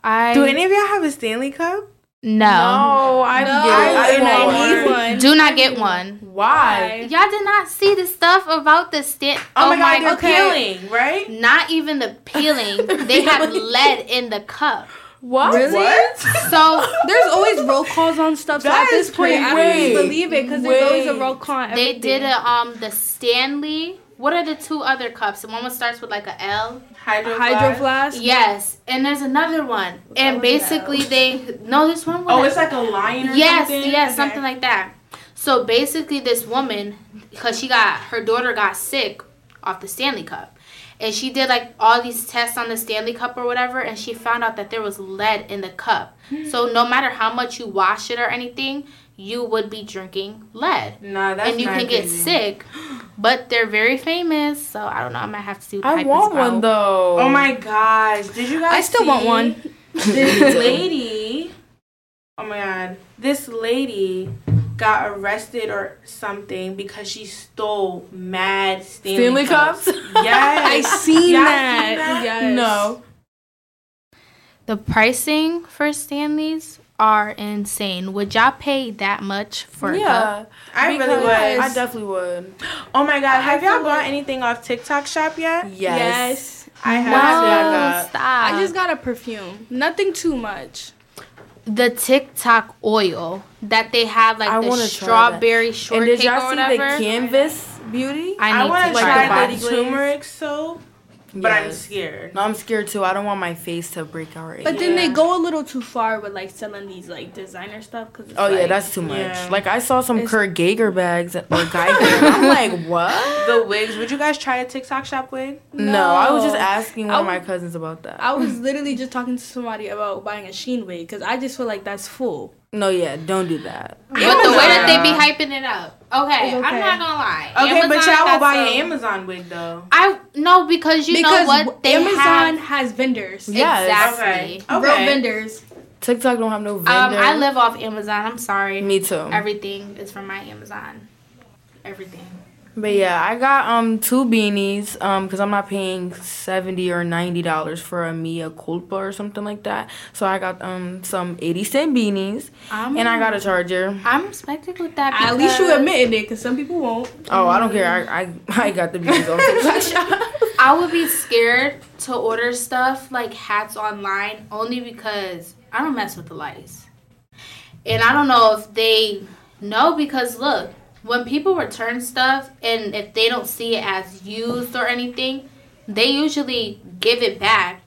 Speaker 4: I
Speaker 1: Do any of y'all have a Stanley Cup?
Speaker 5: No.
Speaker 4: No,
Speaker 1: I
Speaker 4: I I,
Speaker 1: want
Speaker 4: I need
Speaker 1: one.
Speaker 4: one.
Speaker 5: Do not get one.
Speaker 4: Why?
Speaker 5: Y'all did not see the stuff about the stand.
Speaker 1: Oh, my god, they're
Speaker 5: okay.
Speaker 1: peeling, right?
Speaker 5: Not even the peeling. They have lead in the cup.
Speaker 4: What?
Speaker 5: So
Speaker 7: There's always roll calls on stuff. So
Speaker 1: That
Speaker 7: at this
Speaker 1: is
Speaker 7: point, I don't
Speaker 1: crazy.
Speaker 7: even believe it because there's always a
Speaker 1: Wait.
Speaker 7: roll call. On
Speaker 5: they
Speaker 7: everything.
Speaker 5: did a, um the Stanley. What are the two other cups? The one that starts with like a L.
Speaker 1: Hydro.
Speaker 7: hydro flask.
Speaker 5: Yes, and there's another one. And basically, they no, this one.
Speaker 1: Oh,
Speaker 5: was-
Speaker 1: it's like a lion or
Speaker 5: yes,
Speaker 1: something?
Speaker 5: yes,
Speaker 1: Okay.
Speaker 5: something like that. So basically, this woman, because she got her daughter got sick off the Stanley Cup, and she did like all these tests on the Stanley Cup or whatever, and she found out that there was lead in the cup.
Speaker 4: Hmm.
Speaker 5: So no matter how much you wash it or anything, you would be drinking lead,
Speaker 1: Nah, that's
Speaker 5: and you
Speaker 1: not
Speaker 5: can get
Speaker 1: crazy.
Speaker 5: sick. But they're very famous, so I don't know. I might have to see. What the
Speaker 4: I
Speaker 5: hype is
Speaker 4: want
Speaker 5: about.
Speaker 4: one though.
Speaker 1: Oh my gosh! Did you guys?
Speaker 7: I still want
Speaker 1: see
Speaker 7: one.
Speaker 1: This lady. Oh my god! This lady got arrested or something because she stole mad Stanley,
Speaker 4: Stanley cups?
Speaker 7: I
Speaker 1: Yes.
Speaker 7: seen
Speaker 1: Y'all seen
Speaker 7: that.
Speaker 1: that?
Speaker 7: Yes.
Speaker 4: No.
Speaker 5: The pricing for Stanleys are insane. Would y'all pay that much for a cup?
Speaker 4: Yeah.
Speaker 1: I really
Speaker 4: Because-
Speaker 1: was.
Speaker 4: I definitely would.
Speaker 1: oh my god! Have y'all bought anything off TikTok shop yet?
Speaker 4: Yes.
Speaker 7: Yes.
Speaker 1: I have.
Speaker 5: No, stop.
Speaker 7: I just got a perfume. Nothing too much.
Speaker 5: the TikTok oil that they have, like
Speaker 4: I
Speaker 5: the
Speaker 4: wanna try
Speaker 5: strawberry
Speaker 4: And
Speaker 5: shortcake
Speaker 4: did y'all
Speaker 5: or
Speaker 4: see
Speaker 5: whatever.
Speaker 4: the canvas beauty?
Speaker 5: I
Speaker 1: I
Speaker 5: need
Speaker 1: want
Speaker 5: to
Speaker 1: to
Speaker 4: like
Speaker 5: try
Speaker 1: try
Speaker 4: the
Speaker 5: that.
Speaker 4: body-
Speaker 1: the
Speaker 4: glaze.
Speaker 1: turmeric soap, but I'm scared.
Speaker 4: No, I'm scared too. I don't want my face to break out. Right
Speaker 7: But
Speaker 4: now.
Speaker 7: then they go a little too far with like selling these like designer stuff because
Speaker 4: Oh yeah, that's too much.
Speaker 1: Yeah.
Speaker 4: Like I saw some Kurt Geiger bags or Geiger. I'm like, what?
Speaker 1: The wigs. Would you guys try a TikTok shop wig?
Speaker 4: No, I was just asking one
Speaker 7: I
Speaker 4: of my
Speaker 7: would-
Speaker 4: cousins about that.
Speaker 7: I was literally just talking to somebody about buying a Sheen wig because I just feel like that's full.
Speaker 4: no, yeah, don't do that.
Speaker 5: But the way that they be hyping it up. Okay, I'm not gonna lie.
Speaker 1: Okay, but
Speaker 5: Amazon
Speaker 1: y'all will
Speaker 5: got
Speaker 1: buy
Speaker 5: some-
Speaker 1: an Amazon wig though.
Speaker 5: I no because you know
Speaker 7: because
Speaker 5: what they
Speaker 7: Amazon
Speaker 5: have
Speaker 7: has vendors.
Speaker 4: Yes.
Speaker 5: exactly.
Speaker 1: Okay.
Speaker 7: Real vendors.
Speaker 4: TikTok don't have no vendor.
Speaker 5: Um, I live off Amazon. I'm sorry.
Speaker 4: Me too.
Speaker 5: Everything is from my Amazon. Everything.
Speaker 4: But yeah, I got um two beanies um because I'm not paying seventy or ninety dollars for a mea culpa or something like that. So I got um some eighty cent beanies
Speaker 5: I'm,
Speaker 4: and I got a charger.
Speaker 5: I'm respected with that.
Speaker 7: At least you
Speaker 5: because
Speaker 7: admitting it because some people won't.
Speaker 4: Oh, I don't care. I I, I got the beanies on TikTok shop.
Speaker 5: I would be scared to order stuff like hats online only because I don't mess with the lights, and I don't know if they know because look, when people return stuff and if they don't see it as used or anything, they usually give it back.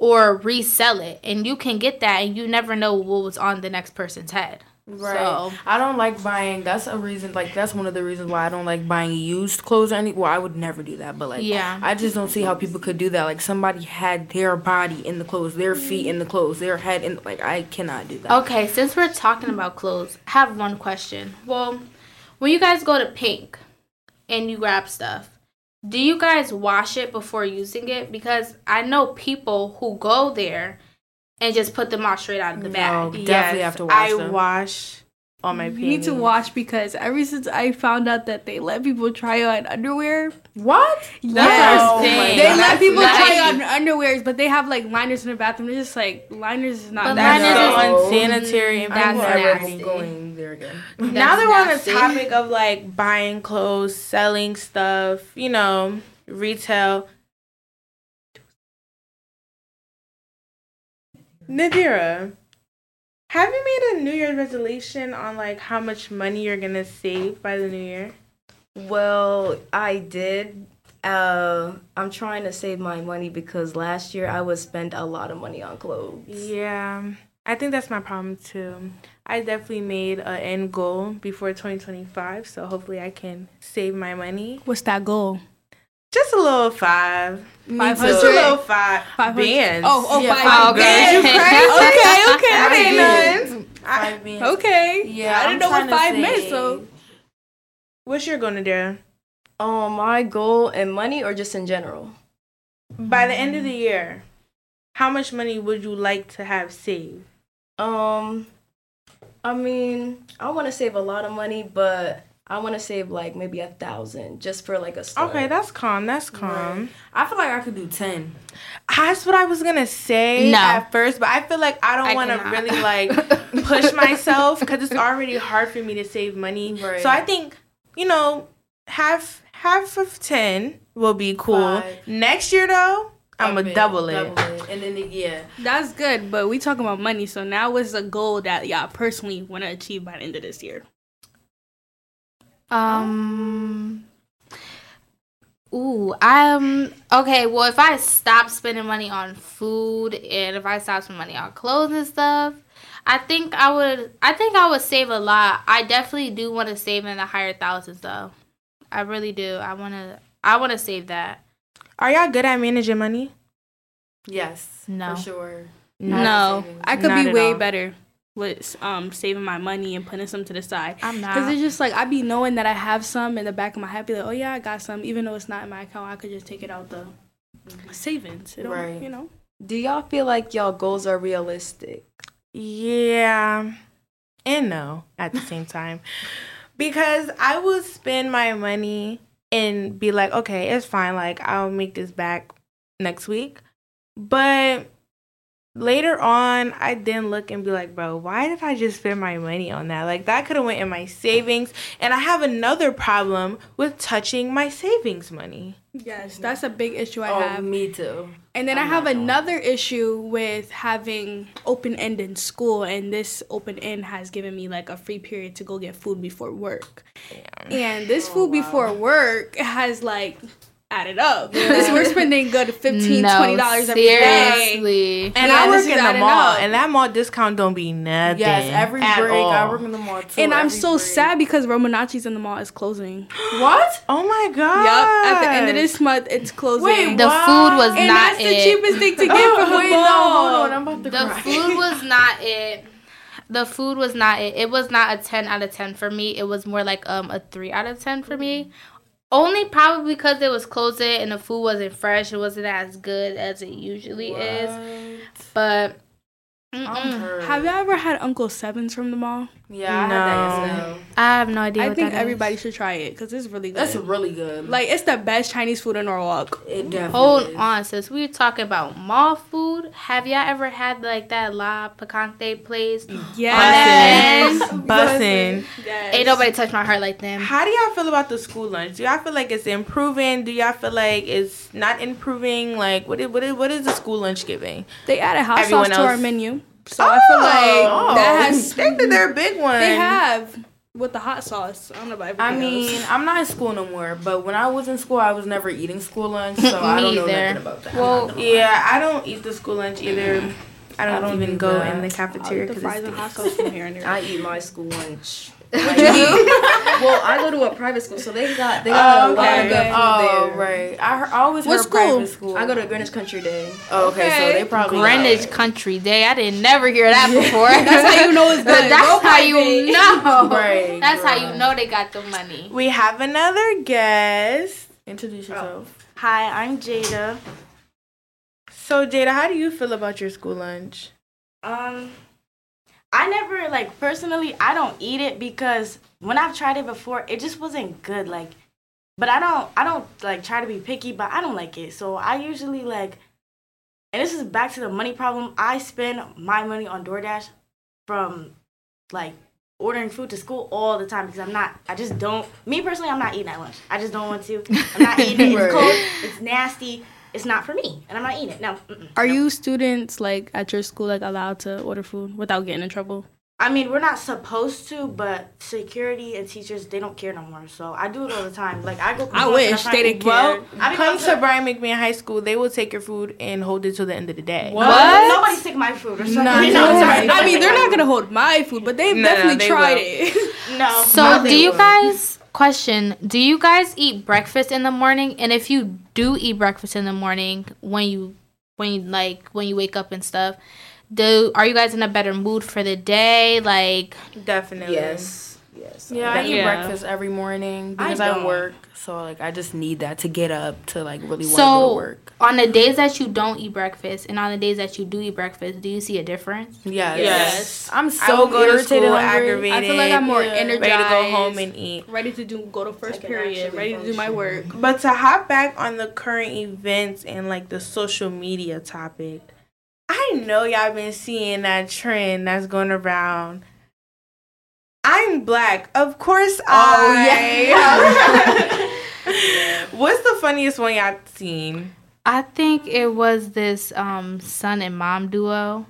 Speaker 5: Or resell it, and you can get that, and you never know what was on the next person's head.
Speaker 4: Right.
Speaker 5: So-
Speaker 4: I don't like buying. That's a reason. Like that's one of the reasons why I don't like buying used clothes or any. Well, I would never do that. But like,
Speaker 5: Yeah.
Speaker 4: I just don't see how people could do that. Like somebody had their body in the clothes, their feet in the clothes, their head in. Like I cannot do that.
Speaker 5: Okay, since we're talking about clothes, I have one question. Well, when you guys go to Pink and you grab stuff, do you guys wash it before using it? Because I know people who go there and just put them all straight out of the
Speaker 4: No,
Speaker 5: bag.
Speaker 4: definitely have to wash
Speaker 1: I
Speaker 4: them.
Speaker 1: wash all my panties.
Speaker 7: You need to watch because ever since I found out that they let people try on underwear,
Speaker 4: what?
Speaker 7: yes,
Speaker 1: thing.
Speaker 7: they let
Speaker 1: That's
Speaker 7: people
Speaker 1: nice.
Speaker 7: try on underwears, but they have like liners in the bathroom. They're just like liners is
Speaker 5: But
Speaker 7: not.
Speaker 5: That
Speaker 1: That's
Speaker 5: liners
Speaker 4: is-
Speaker 1: so
Speaker 4: no.
Speaker 1: unsanitary and
Speaker 5: That's
Speaker 4: I'm
Speaker 1: bad.
Speaker 5: nasty.
Speaker 4: never going there again.
Speaker 1: Now
Speaker 5: That's
Speaker 1: that we're on the
Speaker 5: nasty.
Speaker 1: topic of like buying clothes, selling stuff, you know, retail. Nadira, have you made a New Year's resolution on like how much money you're gonna save by the New Year?
Speaker 2: Well, I did. Uh, I'm trying to save my money because last year I would spend a lot of money on clothes.
Speaker 1: Yeah, I think that's my problem too. I definitely made an end goal before 2025, so hopefully I can save my money.
Speaker 7: What's that goal?
Speaker 1: Just a little five.
Speaker 7: Five
Speaker 1: Just a little five.
Speaker 7: Five hundred.
Speaker 1: Bands.
Speaker 7: Oh, oh,
Speaker 4: Yeah,
Speaker 7: five.
Speaker 5: girl, you
Speaker 7: okay, okay, that ain't
Speaker 1: I
Speaker 7: none.
Speaker 1: did.
Speaker 4: Five beans.
Speaker 7: Okay.
Speaker 4: Yeah,
Speaker 7: I didn't
Speaker 4: I'm
Speaker 7: know
Speaker 4: trying
Speaker 7: what
Speaker 4: to
Speaker 7: five meant,
Speaker 4: save.
Speaker 7: so
Speaker 1: What's your goal, Nadira?
Speaker 2: Oh, my goal and money, or just in general.
Speaker 1: By the end of the year, how much money would you like to have saved?
Speaker 2: Um, I mean, I want to save a lot of money, but
Speaker 9: I want to save like maybe a thousand just for like a slur.
Speaker 1: Okay, that's calm. That's calm.
Speaker 4: I feel like I could do ten.
Speaker 1: That's what I was gonna say
Speaker 5: No.
Speaker 1: at first, but I feel like I
Speaker 5: I
Speaker 1: don't want to
Speaker 5: cannot.
Speaker 1: really like push myself because it's already hard for me to save money.
Speaker 4: Right.
Speaker 1: So I think you know half half of ten will be cool.
Speaker 4: Five.
Speaker 1: Next year though, I'm
Speaker 4: Up
Speaker 1: gonna double it.
Speaker 4: and then yeah.
Speaker 7: That's good, but we talking about money. So now, what's a goal that y'all personally want to achieve by the end of this year?
Speaker 5: Um. Ooh, I'm okay. Well, if I stop spending money on food and if I stop spending money on clothes and stuff, I think I would. I think I would save a lot. I definitely do want to save in the higher thousands, though. I really do. I wanna. I want to save that.
Speaker 1: Are y'all good at managing money?
Speaker 4: Yes.
Speaker 5: No.
Speaker 4: For sure.
Speaker 5: no,
Speaker 7: I could
Speaker 1: Not
Speaker 7: be
Speaker 1: at
Speaker 7: way
Speaker 1: all.
Speaker 7: better with um saving my money and putting some to the side.
Speaker 5: I'm not.
Speaker 4: Ah.
Speaker 7: Cause it's just like I be knowing that I have some in the back of my head, be like, oh yeah, I got some, even though it's not in my account, I could just take it out the savings. It don't-
Speaker 4: Right.
Speaker 7: You know.
Speaker 9: Do y'all feel like y'all goals are realistic?
Speaker 1: Yeah, and no at the same time because I will spend my money and be like, okay, it's fine. Like I'll make this back next week, but later on, I then look and be like, bro, why did I just spend my money on that? Like that could have went in my savings, and I have another problem with touching my savings money.
Speaker 7: Yes, that's a big issue I
Speaker 4: Oh,
Speaker 7: have.
Speaker 4: me too.
Speaker 7: And then i have another issue with having open end in school, and this open end has given me like a free period to go get food before work. And this food before work has like added up. Because we're spending good 15
Speaker 5: No,
Speaker 7: $20 every day.
Speaker 5: seriously.
Speaker 1: And
Speaker 7: Yeah,
Speaker 1: I
Speaker 7: this
Speaker 1: work
Speaker 7: is
Speaker 1: in the
Speaker 7: adding
Speaker 1: mall,
Speaker 7: up.
Speaker 1: and that mall discount don't be nothing.
Speaker 4: Yes, every
Speaker 1: at
Speaker 4: break
Speaker 1: all.
Speaker 4: I work in the mall too.
Speaker 7: And I'm
Speaker 4: every
Speaker 7: so
Speaker 4: break.
Speaker 7: sad because Romanacci's in the mall is closing.
Speaker 4: What?
Speaker 1: Oh my god!
Speaker 7: Yep. At the end of this month, it's closing.
Speaker 5: The food was
Speaker 7: and
Speaker 5: not
Speaker 7: that's the
Speaker 5: it.
Speaker 7: cheapest thing to get from the
Speaker 4: Wait, no,
Speaker 7: mall.
Speaker 4: hold on. Oh,
Speaker 9: Um,
Speaker 4: I'm about to
Speaker 5: The
Speaker 4: cry.
Speaker 5: food was not it. The food was not it. It was not a ten out of ten for me. It was more like um a three out of ten for me. Only probably because it was closing and the food wasn't fresh. It wasn't as good as it usually is. But
Speaker 4: I'm
Speaker 5: mm-mm.
Speaker 4: hurt.
Speaker 7: Have you ever had Uncle Sevens from the mall?
Speaker 4: yeah, I had that
Speaker 1: No.
Speaker 4: yesterday.
Speaker 5: I have no idea.
Speaker 7: I
Speaker 5: what
Speaker 7: think
Speaker 5: that is.
Speaker 7: everybody should try it because it's really good.
Speaker 4: That's really good.
Speaker 7: like it's the best Chinese food in Norwalk.
Speaker 4: it definitely.
Speaker 5: Hold
Speaker 4: is.
Speaker 5: on, sis. We were talking about mall food. Have y'all ever had like that La Picante place?
Speaker 7: Mm.
Speaker 1: Yes.
Speaker 5: Bussin'.
Speaker 1: Bussin'.
Speaker 7: Yes.
Speaker 5: Ain't nobody touched my heart like them.
Speaker 1: How do y'all feel about the school lunch? Do y'all feel like it's improving? Do y'all feel like it's not improving? Like what is what is what is the school lunch giving?
Speaker 7: They added hot
Speaker 1: Everyone
Speaker 7: sauce to our
Speaker 1: else-
Speaker 7: menu, so I
Speaker 5: Oh.
Speaker 7: feel like that has
Speaker 1: they did their big one.
Speaker 7: Oh. they have with the hot sauce. I don't know about everything
Speaker 4: I mean, I'm not in school no more, but when I was in school, I was never eating school lunch, so I
Speaker 5: Me
Speaker 4: don't know
Speaker 5: either.
Speaker 4: nothing about that.
Speaker 1: Well, yeah, I don't eat the school lunch either. I don't,
Speaker 4: don't
Speaker 1: even
Speaker 4: do
Speaker 1: go
Speaker 4: that.
Speaker 1: in the
Speaker 7: else.
Speaker 1: cafeteria
Speaker 7: the
Speaker 1: because
Speaker 7: fries and hot sauce from here and there.
Speaker 9: I eat my school lunch. well, I go to a private school, so they got they got a
Speaker 4: Oh,
Speaker 9: lot of
Speaker 4: okay.
Speaker 9: good food
Speaker 4: Oh,
Speaker 9: there.
Speaker 4: right. I, heard, I always
Speaker 7: What
Speaker 4: heard
Speaker 7: school?
Speaker 4: private school.
Speaker 9: I go to Greenwich Country Day.
Speaker 4: oh, okay, so they probably
Speaker 5: Greenwich Country Day. I didn't never hear that before.
Speaker 7: That's how you know it's good.
Speaker 5: That's how you know.
Speaker 4: Right,
Speaker 5: That's how
Speaker 4: right.
Speaker 5: you know they got the money.
Speaker 1: we have another guest.
Speaker 4: Introduce yourself.
Speaker 8: Hi, I'm Jada.
Speaker 1: So Jada, how do you feel about your school lunch?
Speaker 8: Um, I never like personally. I don't eat it because when I've tried it before, it just wasn't good. Like, but I don't. I don't like try to be picky, but I don't like it. So I usually like, and this is back to the money problem. I spend my money on DoorDash from like ordering food to school all the time because I'm not. I just don't. Me personally, I'm not eating at lunch. I just don't want to. I'm not eating it. It's cold. It's nasty. It's not for me, and I'm not eating it. No. mm-mm.
Speaker 7: Are you students like at your school like allowed to order food without getting in trouble?
Speaker 8: I mean, we're not supposed to, but security and teachers, they don't care no more. So I do it all the time. Like, I go.
Speaker 7: I wish they didn't care.
Speaker 8: I be
Speaker 1: Come
Speaker 8: going
Speaker 1: to Brian McMahon High School. They will take your food and hold it till the end of the day.
Speaker 8: Well,
Speaker 5: What?
Speaker 8: Nobody's taking my food. Or something.
Speaker 1: No,
Speaker 8: No,
Speaker 1: no,
Speaker 8: sorry.
Speaker 1: no.
Speaker 7: I mean, they're not gonna hold my food, but they've
Speaker 1: No, no,
Speaker 7: definitely
Speaker 1: they
Speaker 7: tried
Speaker 1: will.
Speaker 7: it.
Speaker 8: No.
Speaker 5: So, do you guys question? Do you guys eat breakfast in the morning? And if you do eat breakfast in the morning, when you when you like when you wake up and stuff, do are you guys in a better mood for the day? Like,
Speaker 1: Definitely.
Speaker 9: Yes. Yes.
Speaker 4: Yeah, I eat
Speaker 2: Yeah.
Speaker 4: breakfast every morning because I, work. So like I just need that to get up to like really want to go to
Speaker 5: So
Speaker 4: work.
Speaker 5: on the days that you don't eat breakfast and on the days that you do eat breakfast, do you see a difference?
Speaker 4: Yes.
Speaker 1: Yes.
Speaker 4: I'm
Speaker 1: I will
Speaker 4: so
Speaker 1: go to
Speaker 4: irritated
Speaker 1: school
Speaker 4: and aggravated.
Speaker 1: aggravated.
Speaker 7: I feel like I'm more energized.
Speaker 1: ready to go home and eat.
Speaker 7: ready to do go to first
Speaker 9: can
Speaker 7: period.
Speaker 9: actually
Speaker 7: Ready to do my work.
Speaker 9: function.
Speaker 1: But to hop back on the current events and like the social media topic, I know y'all been seeing that trend that's going around. I'm black. Of course I What's the funniest one y'all seen?
Speaker 5: I think it was this um son and mom duo.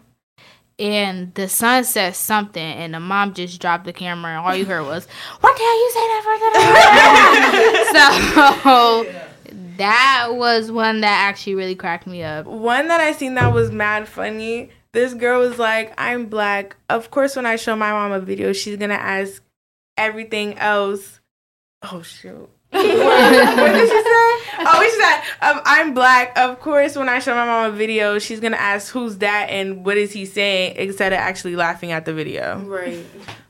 Speaker 5: And the son said something, and the mom just dropped the camera, and all you heard was, "What the hell you say that for?" so that was one that actually really cracked me up.
Speaker 1: One that I seen that was mad funny. This girl was like, I'm black. Of course, when I show my mom a video, she's going to ask everything else. Oh, shoot. what did she say? Oh, she said, um, I'm black. Of course, when I show my mom a video, she's going to ask who's that and what is he saying instead of actually laughing at the video.
Speaker 4: Right.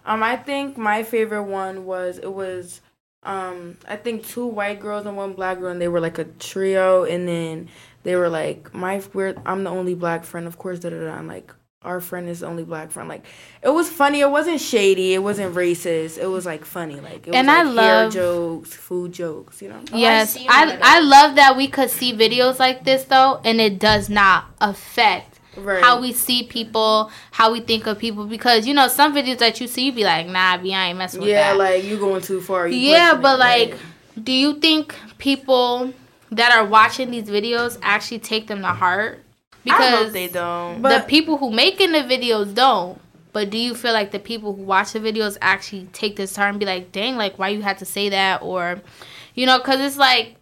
Speaker 4: Um, I think my favorite one was it was um I think two white girls and one black girl and they were like a trio and then they were like my we're I'm the only black friend of course da da da I'm like our friend is the only black friend like it was funny it wasn't shady it wasn't racist it was like funny like it was
Speaker 5: And I
Speaker 4: like hair
Speaker 5: love-
Speaker 4: jokes food jokes you know
Speaker 5: yes,
Speaker 9: seen
Speaker 5: I
Speaker 9: that.
Speaker 5: I love that we could see videos like this though, and it does not affect
Speaker 4: right
Speaker 5: how we see people, how we think of people. Because you know, some videos that you see, you be like, nah, be I ain't messing with
Speaker 4: yeah
Speaker 5: that.
Speaker 4: like you going too far you
Speaker 5: yeah,
Speaker 4: pushing
Speaker 5: but
Speaker 4: it, right?
Speaker 5: like, do you think people that are watching these videos actually take them to heart? Because
Speaker 1: I hope they don't.
Speaker 5: the people who making the videos don't. But do you feel like the people who watch the videos actually take this time and be like, dang, like why you had to say that, or, you know, because it's like,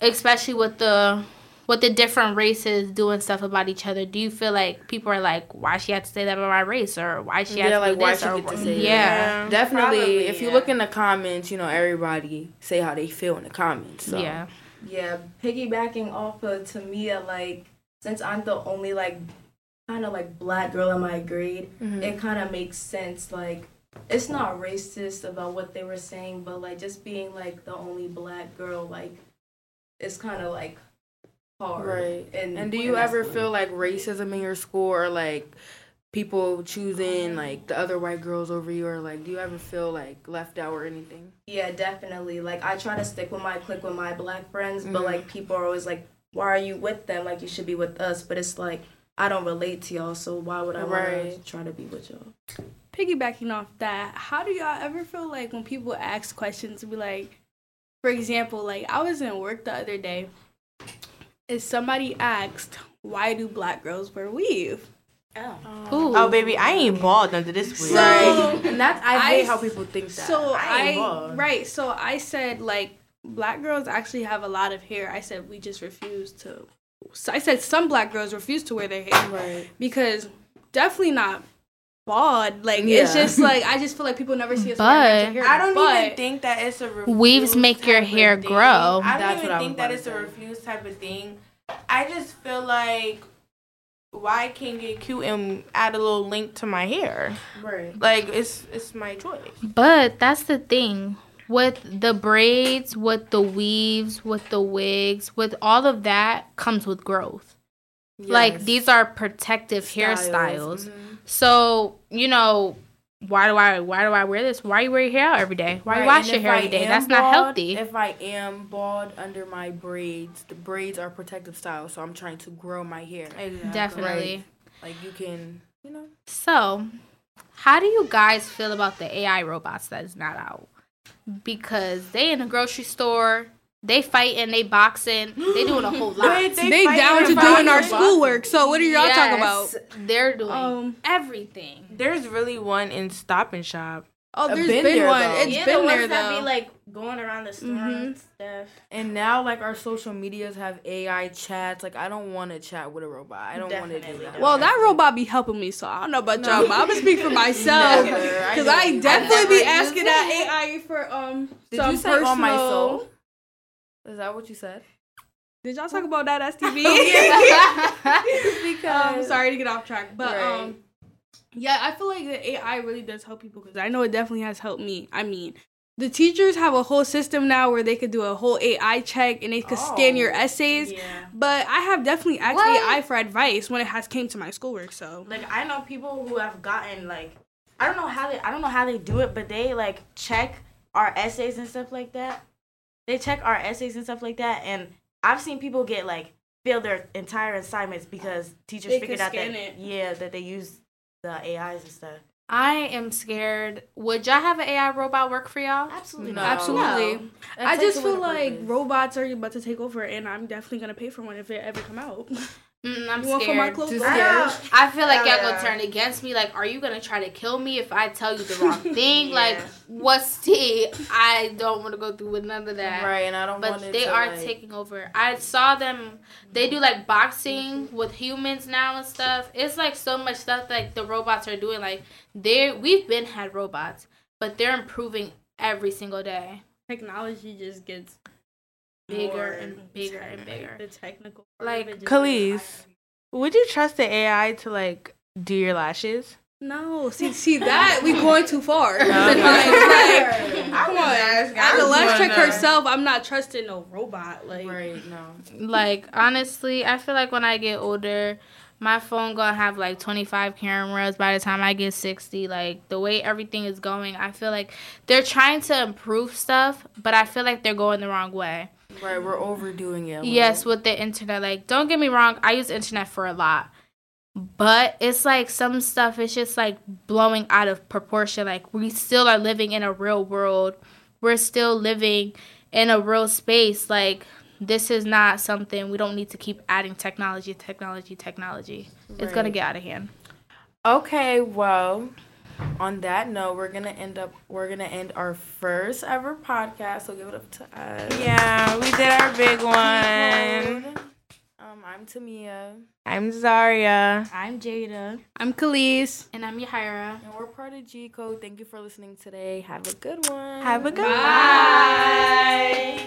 Speaker 5: especially with the with the different races doing stuff about each other. Do you feel like people are like, why she had to say that about my race, or why she had
Speaker 4: Yeah,
Speaker 5: to
Speaker 4: like,
Speaker 5: do
Speaker 4: why
Speaker 5: this,
Speaker 4: she
Speaker 5: or
Speaker 4: get to say that.
Speaker 5: yeah,
Speaker 4: Definitely.
Speaker 1: Probably,
Speaker 4: if you
Speaker 1: yeah.
Speaker 4: look in the comments, you know, everybody say how they feel in the comments. So.
Speaker 5: yeah.
Speaker 9: Yeah, piggybacking off of Tamia, like since I'm the only like kind of like black girl in my grade,
Speaker 4: Mm-hmm.
Speaker 9: it kind of makes sense. Like it's not racist about what they were saying, but like just being like the only black girl, like it's kind of like hard.
Speaker 4: Right.
Speaker 9: And
Speaker 4: And do you
Speaker 9: that's-
Speaker 4: ever feel like racism in your school or like people choosing like the other white girls over you or like do you ever feel like left out or anything?
Speaker 9: Yeah, definitely. Like I try to stick with my clique with my black friends,
Speaker 4: Mm-hmm.
Speaker 9: but like people are always like, "Why are you with them? Like you should be with us." But it's like I don't relate to y'all, so why would I want to
Speaker 4: Right.
Speaker 9: try to be with y'all?
Speaker 7: Piggybacking off that, how do y'all ever feel like when people ask questions, be like, for example, like I was in work the other day, and somebody asked, "Why do black girls wear weave?"
Speaker 5: Ooh.
Speaker 1: Oh, baby, I ain't bald under this wig.
Speaker 4: And that's I
Speaker 7: I
Speaker 4: hate
Speaker 7: s-
Speaker 4: how people think that.
Speaker 7: So
Speaker 1: I
Speaker 7: I,
Speaker 1: ain't bald.
Speaker 7: right, so I said like black girls actually have a lot of hair. I said we just refuse to. So I said some black girls refuse to wear their hair.
Speaker 4: right.
Speaker 7: because definitely not bald. Like it's
Speaker 4: Yeah.
Speaker 7: just like I just feel like people never see us. wearing natural hair,
Speaker 1: I don't
Speaker 7: but
Speaker 1: even think that it's a refuse
Speaker 5: Weaves make your
Speaker 1: type of
Speaker 5: hair
Speaker 1: thing.
Speaker 5: grow.
Speaker 1: I don't
Speaker 4: That's
Speaker 1: even
Speaker 4: what I
Speaker 1: think
Speaker 4: was
Speaker 1: that
Speaker 4: about
Speaker 1: it's
Speaker 4: to
Speaker 1: a
Speaker 4: say.
Speaker 1: refuse type of thing. I just feel like why I can't get cute and add a little link to my hair.
Speaker 4: Right.
Speaker 1: Like it's it's my choice.
Speaker 5: But that's the thing with the braids, with the weaves, with the wigs, with all of that comes with growth. Like
Speaker 4: Yes.
Speaker 5: these are protective
Speaker 4: Styles. Mm-hmm.
Speaker 5: hairstyles. So, you know, why do I why do I wear this? Why you wear your hair out every day? Why you
Speaker 4: Right,
Speaker 5: wash
Speaker 4: and
Speaker 5: your
Speaker 4: if
Speaker 5: hair
Speaker 4: I
Speaker 5: every day?
Speaker 4: am
Speaker 5: That's not
Speaker 4: bald-
Speaker 5: healthy.
Speaker 4: If I am bald under my braids, the braids are protective style, so I'm trying to grow my hair.
Speaker 5: Definitely.
Speaker 4: Like you can, you know.
Speaker 5: So, how do you guys feel about the AI robots that is not out? Because they in the grocery store, they fighting, they boxing, they doing a whole lot.
Speaker 7: they down to doing our schoolwork. So what are y'all talking about?
Speaker 5: Yes, They're doing
Speaker 7: Um,
Speaker 5: everything.
Speaker 1: There's really one in Stop and Shop.
Speaker 7: Oh,
Speaker 4: I've
Speaker 7: there's
Speaker 4: been
Speaker 7: been,
Speaker 4: there,
Speaker 7: one.
Speaker 4: though.
Speaker 7: It's
Speaker 9: yeah, the
Speaker 7: been
Speaker 9: ones
Speaker 7: there
Speaker 9: that
Speaker 7: though.
Speaker 9: be like going around the store and stuff.
Speaker 4: And now, like our social medias have AI chats. Like I don't want to chat with a robot. I don't want to do
Speaker 9: Definitely
Speaker 4: that.
Speaker 7: well, that robot be helping me, so I don't know about y'all, but I'm gonna speak for myself because I definitely be asking that AI for um
Speaker 4: did
Speaker 7: some
Speaker 4: you say
Speaker 7: personal.
Speaker 4: on my soul? Is that what you said?
Speaker 7: Did y'all talk about that STV?
Speaker 5: yeah.
Speaker 7: um, sorry to get off track, but
Speaker 4: Oh, Right.
Speaker 7: um, Yeah, I feel like the AI really does help people because I know it definitely has helped me. I mean, the teachers have a whole system now where they could do a whole AI check and they could scan
Speaker 4: Oh,
Speaker 7: your essays.
Speaker 8: Yeah.
Speaker 7: But I have definitely asked
Speaker 5: What?
Speaker 7: AI for advice when it has came to my schoolwork. So
Speaker 8: Like I know people who have gotten like I don't know how they I don't know how they do it, but they like check our essays and stuff like that. They check our essays and stuff like that, and I've seen people get like fail their entire assignments because teachers
Speaker 7: They could
Speaker 8: figured out that
Speaker 7: scan it.
Speaker 8: yeah that they use the AIs and stuff.
Speaker 5: I am scared. Would y'all have an AI robot work for y'all?
Speaker 8: Absolutely,
Speaker 7: Oh, absolutely,
Speaker 8: That
Speaker 7: I
Speaker 8: takes
Speaker 7: just
Speaker 8: away the
Speaker 7: feel like
Speaker 8: purpose.
Speaker 7: robots are about to take over, and I'm definitely gonna pay for one if it ever come out.
Speaker 5: Mm, I'm
Speaker 7: You want for my
Speaker 5: scared.
Speaker 7: clothes?
Speaker 2: I
Speaker 7: Yeah.
Speaker 5: I feel like y'all
Speaker 6: Hell
Speaker 5: gonna
Speaker 6: yeah.
Speaker 5: turn against me. Like, are you gonna try to kill me if I tell you the wrong thing? Like, what's tea? I don't want to go through with none of that.
Speaker 4: Right, and I don't
Speaker 5: But
Speaker 4: want it
Speaker 5: they
Speaker 4: to,
Speaker 5: are
Speaker 4: like,
Speaker 5: taking over. I saw them. They do like boxing with humans now and stuff. It's like so much stuff like the robots are doing. Like they, we've been had robots, but they're improving every single day,
Speaker 7: Technology just gets
Speaker 5: bigger
Speaker 7: more
Speaker 5: and bigger and
Speaker 7: tech-
Speaker 5: bigger.
Speaker 7: The technical
Speaker 5: Like,
Speaker 1: Khalees, would you trust the AI to like do your lashes?
Speaker 7: No, see, see that we going too far. Like,
Speaker 6: Come on,
Speaker 7: as a last check herself, I'm not trusting no robot. Like,
Speaker 4: Right, no.
Speaker 5: like honestly i feel like when i get older my phone gonna have like 25 cameras by the time i get 60 like the way everything is going i feel like they're trying to improve stuff but i feel like they're going the wrong way
Speaker 4: Right, we're overdoing it. a
Speaker 5: yes with the internet like don't get me wrong i use internet for a lot but it's like some stuff it's just like blowing out of proportion like we still are living in a real world we're still living in a real space like this is not something we don't need to keep adding technology technology technology it's gonna get out of hand
Speaker 4: Okay, well, on that note, we're gonna end up we're gonna end our first ever podcast. So give it up to us.
Speaker 1: Yeah, we did our big one.
Speaker 4: Um, I'm Tamia.
Speaker 1: I'm Zaria.
Speaker 8: I'm Jada.
Speaker 7: I'm Khalees.
Speaker 5: and i'm yahira
Speaker 4: And we're part of G Code. Thank you for listening today. Have a good one.
Speaker 1: Have a good one.
Speaker 5: bye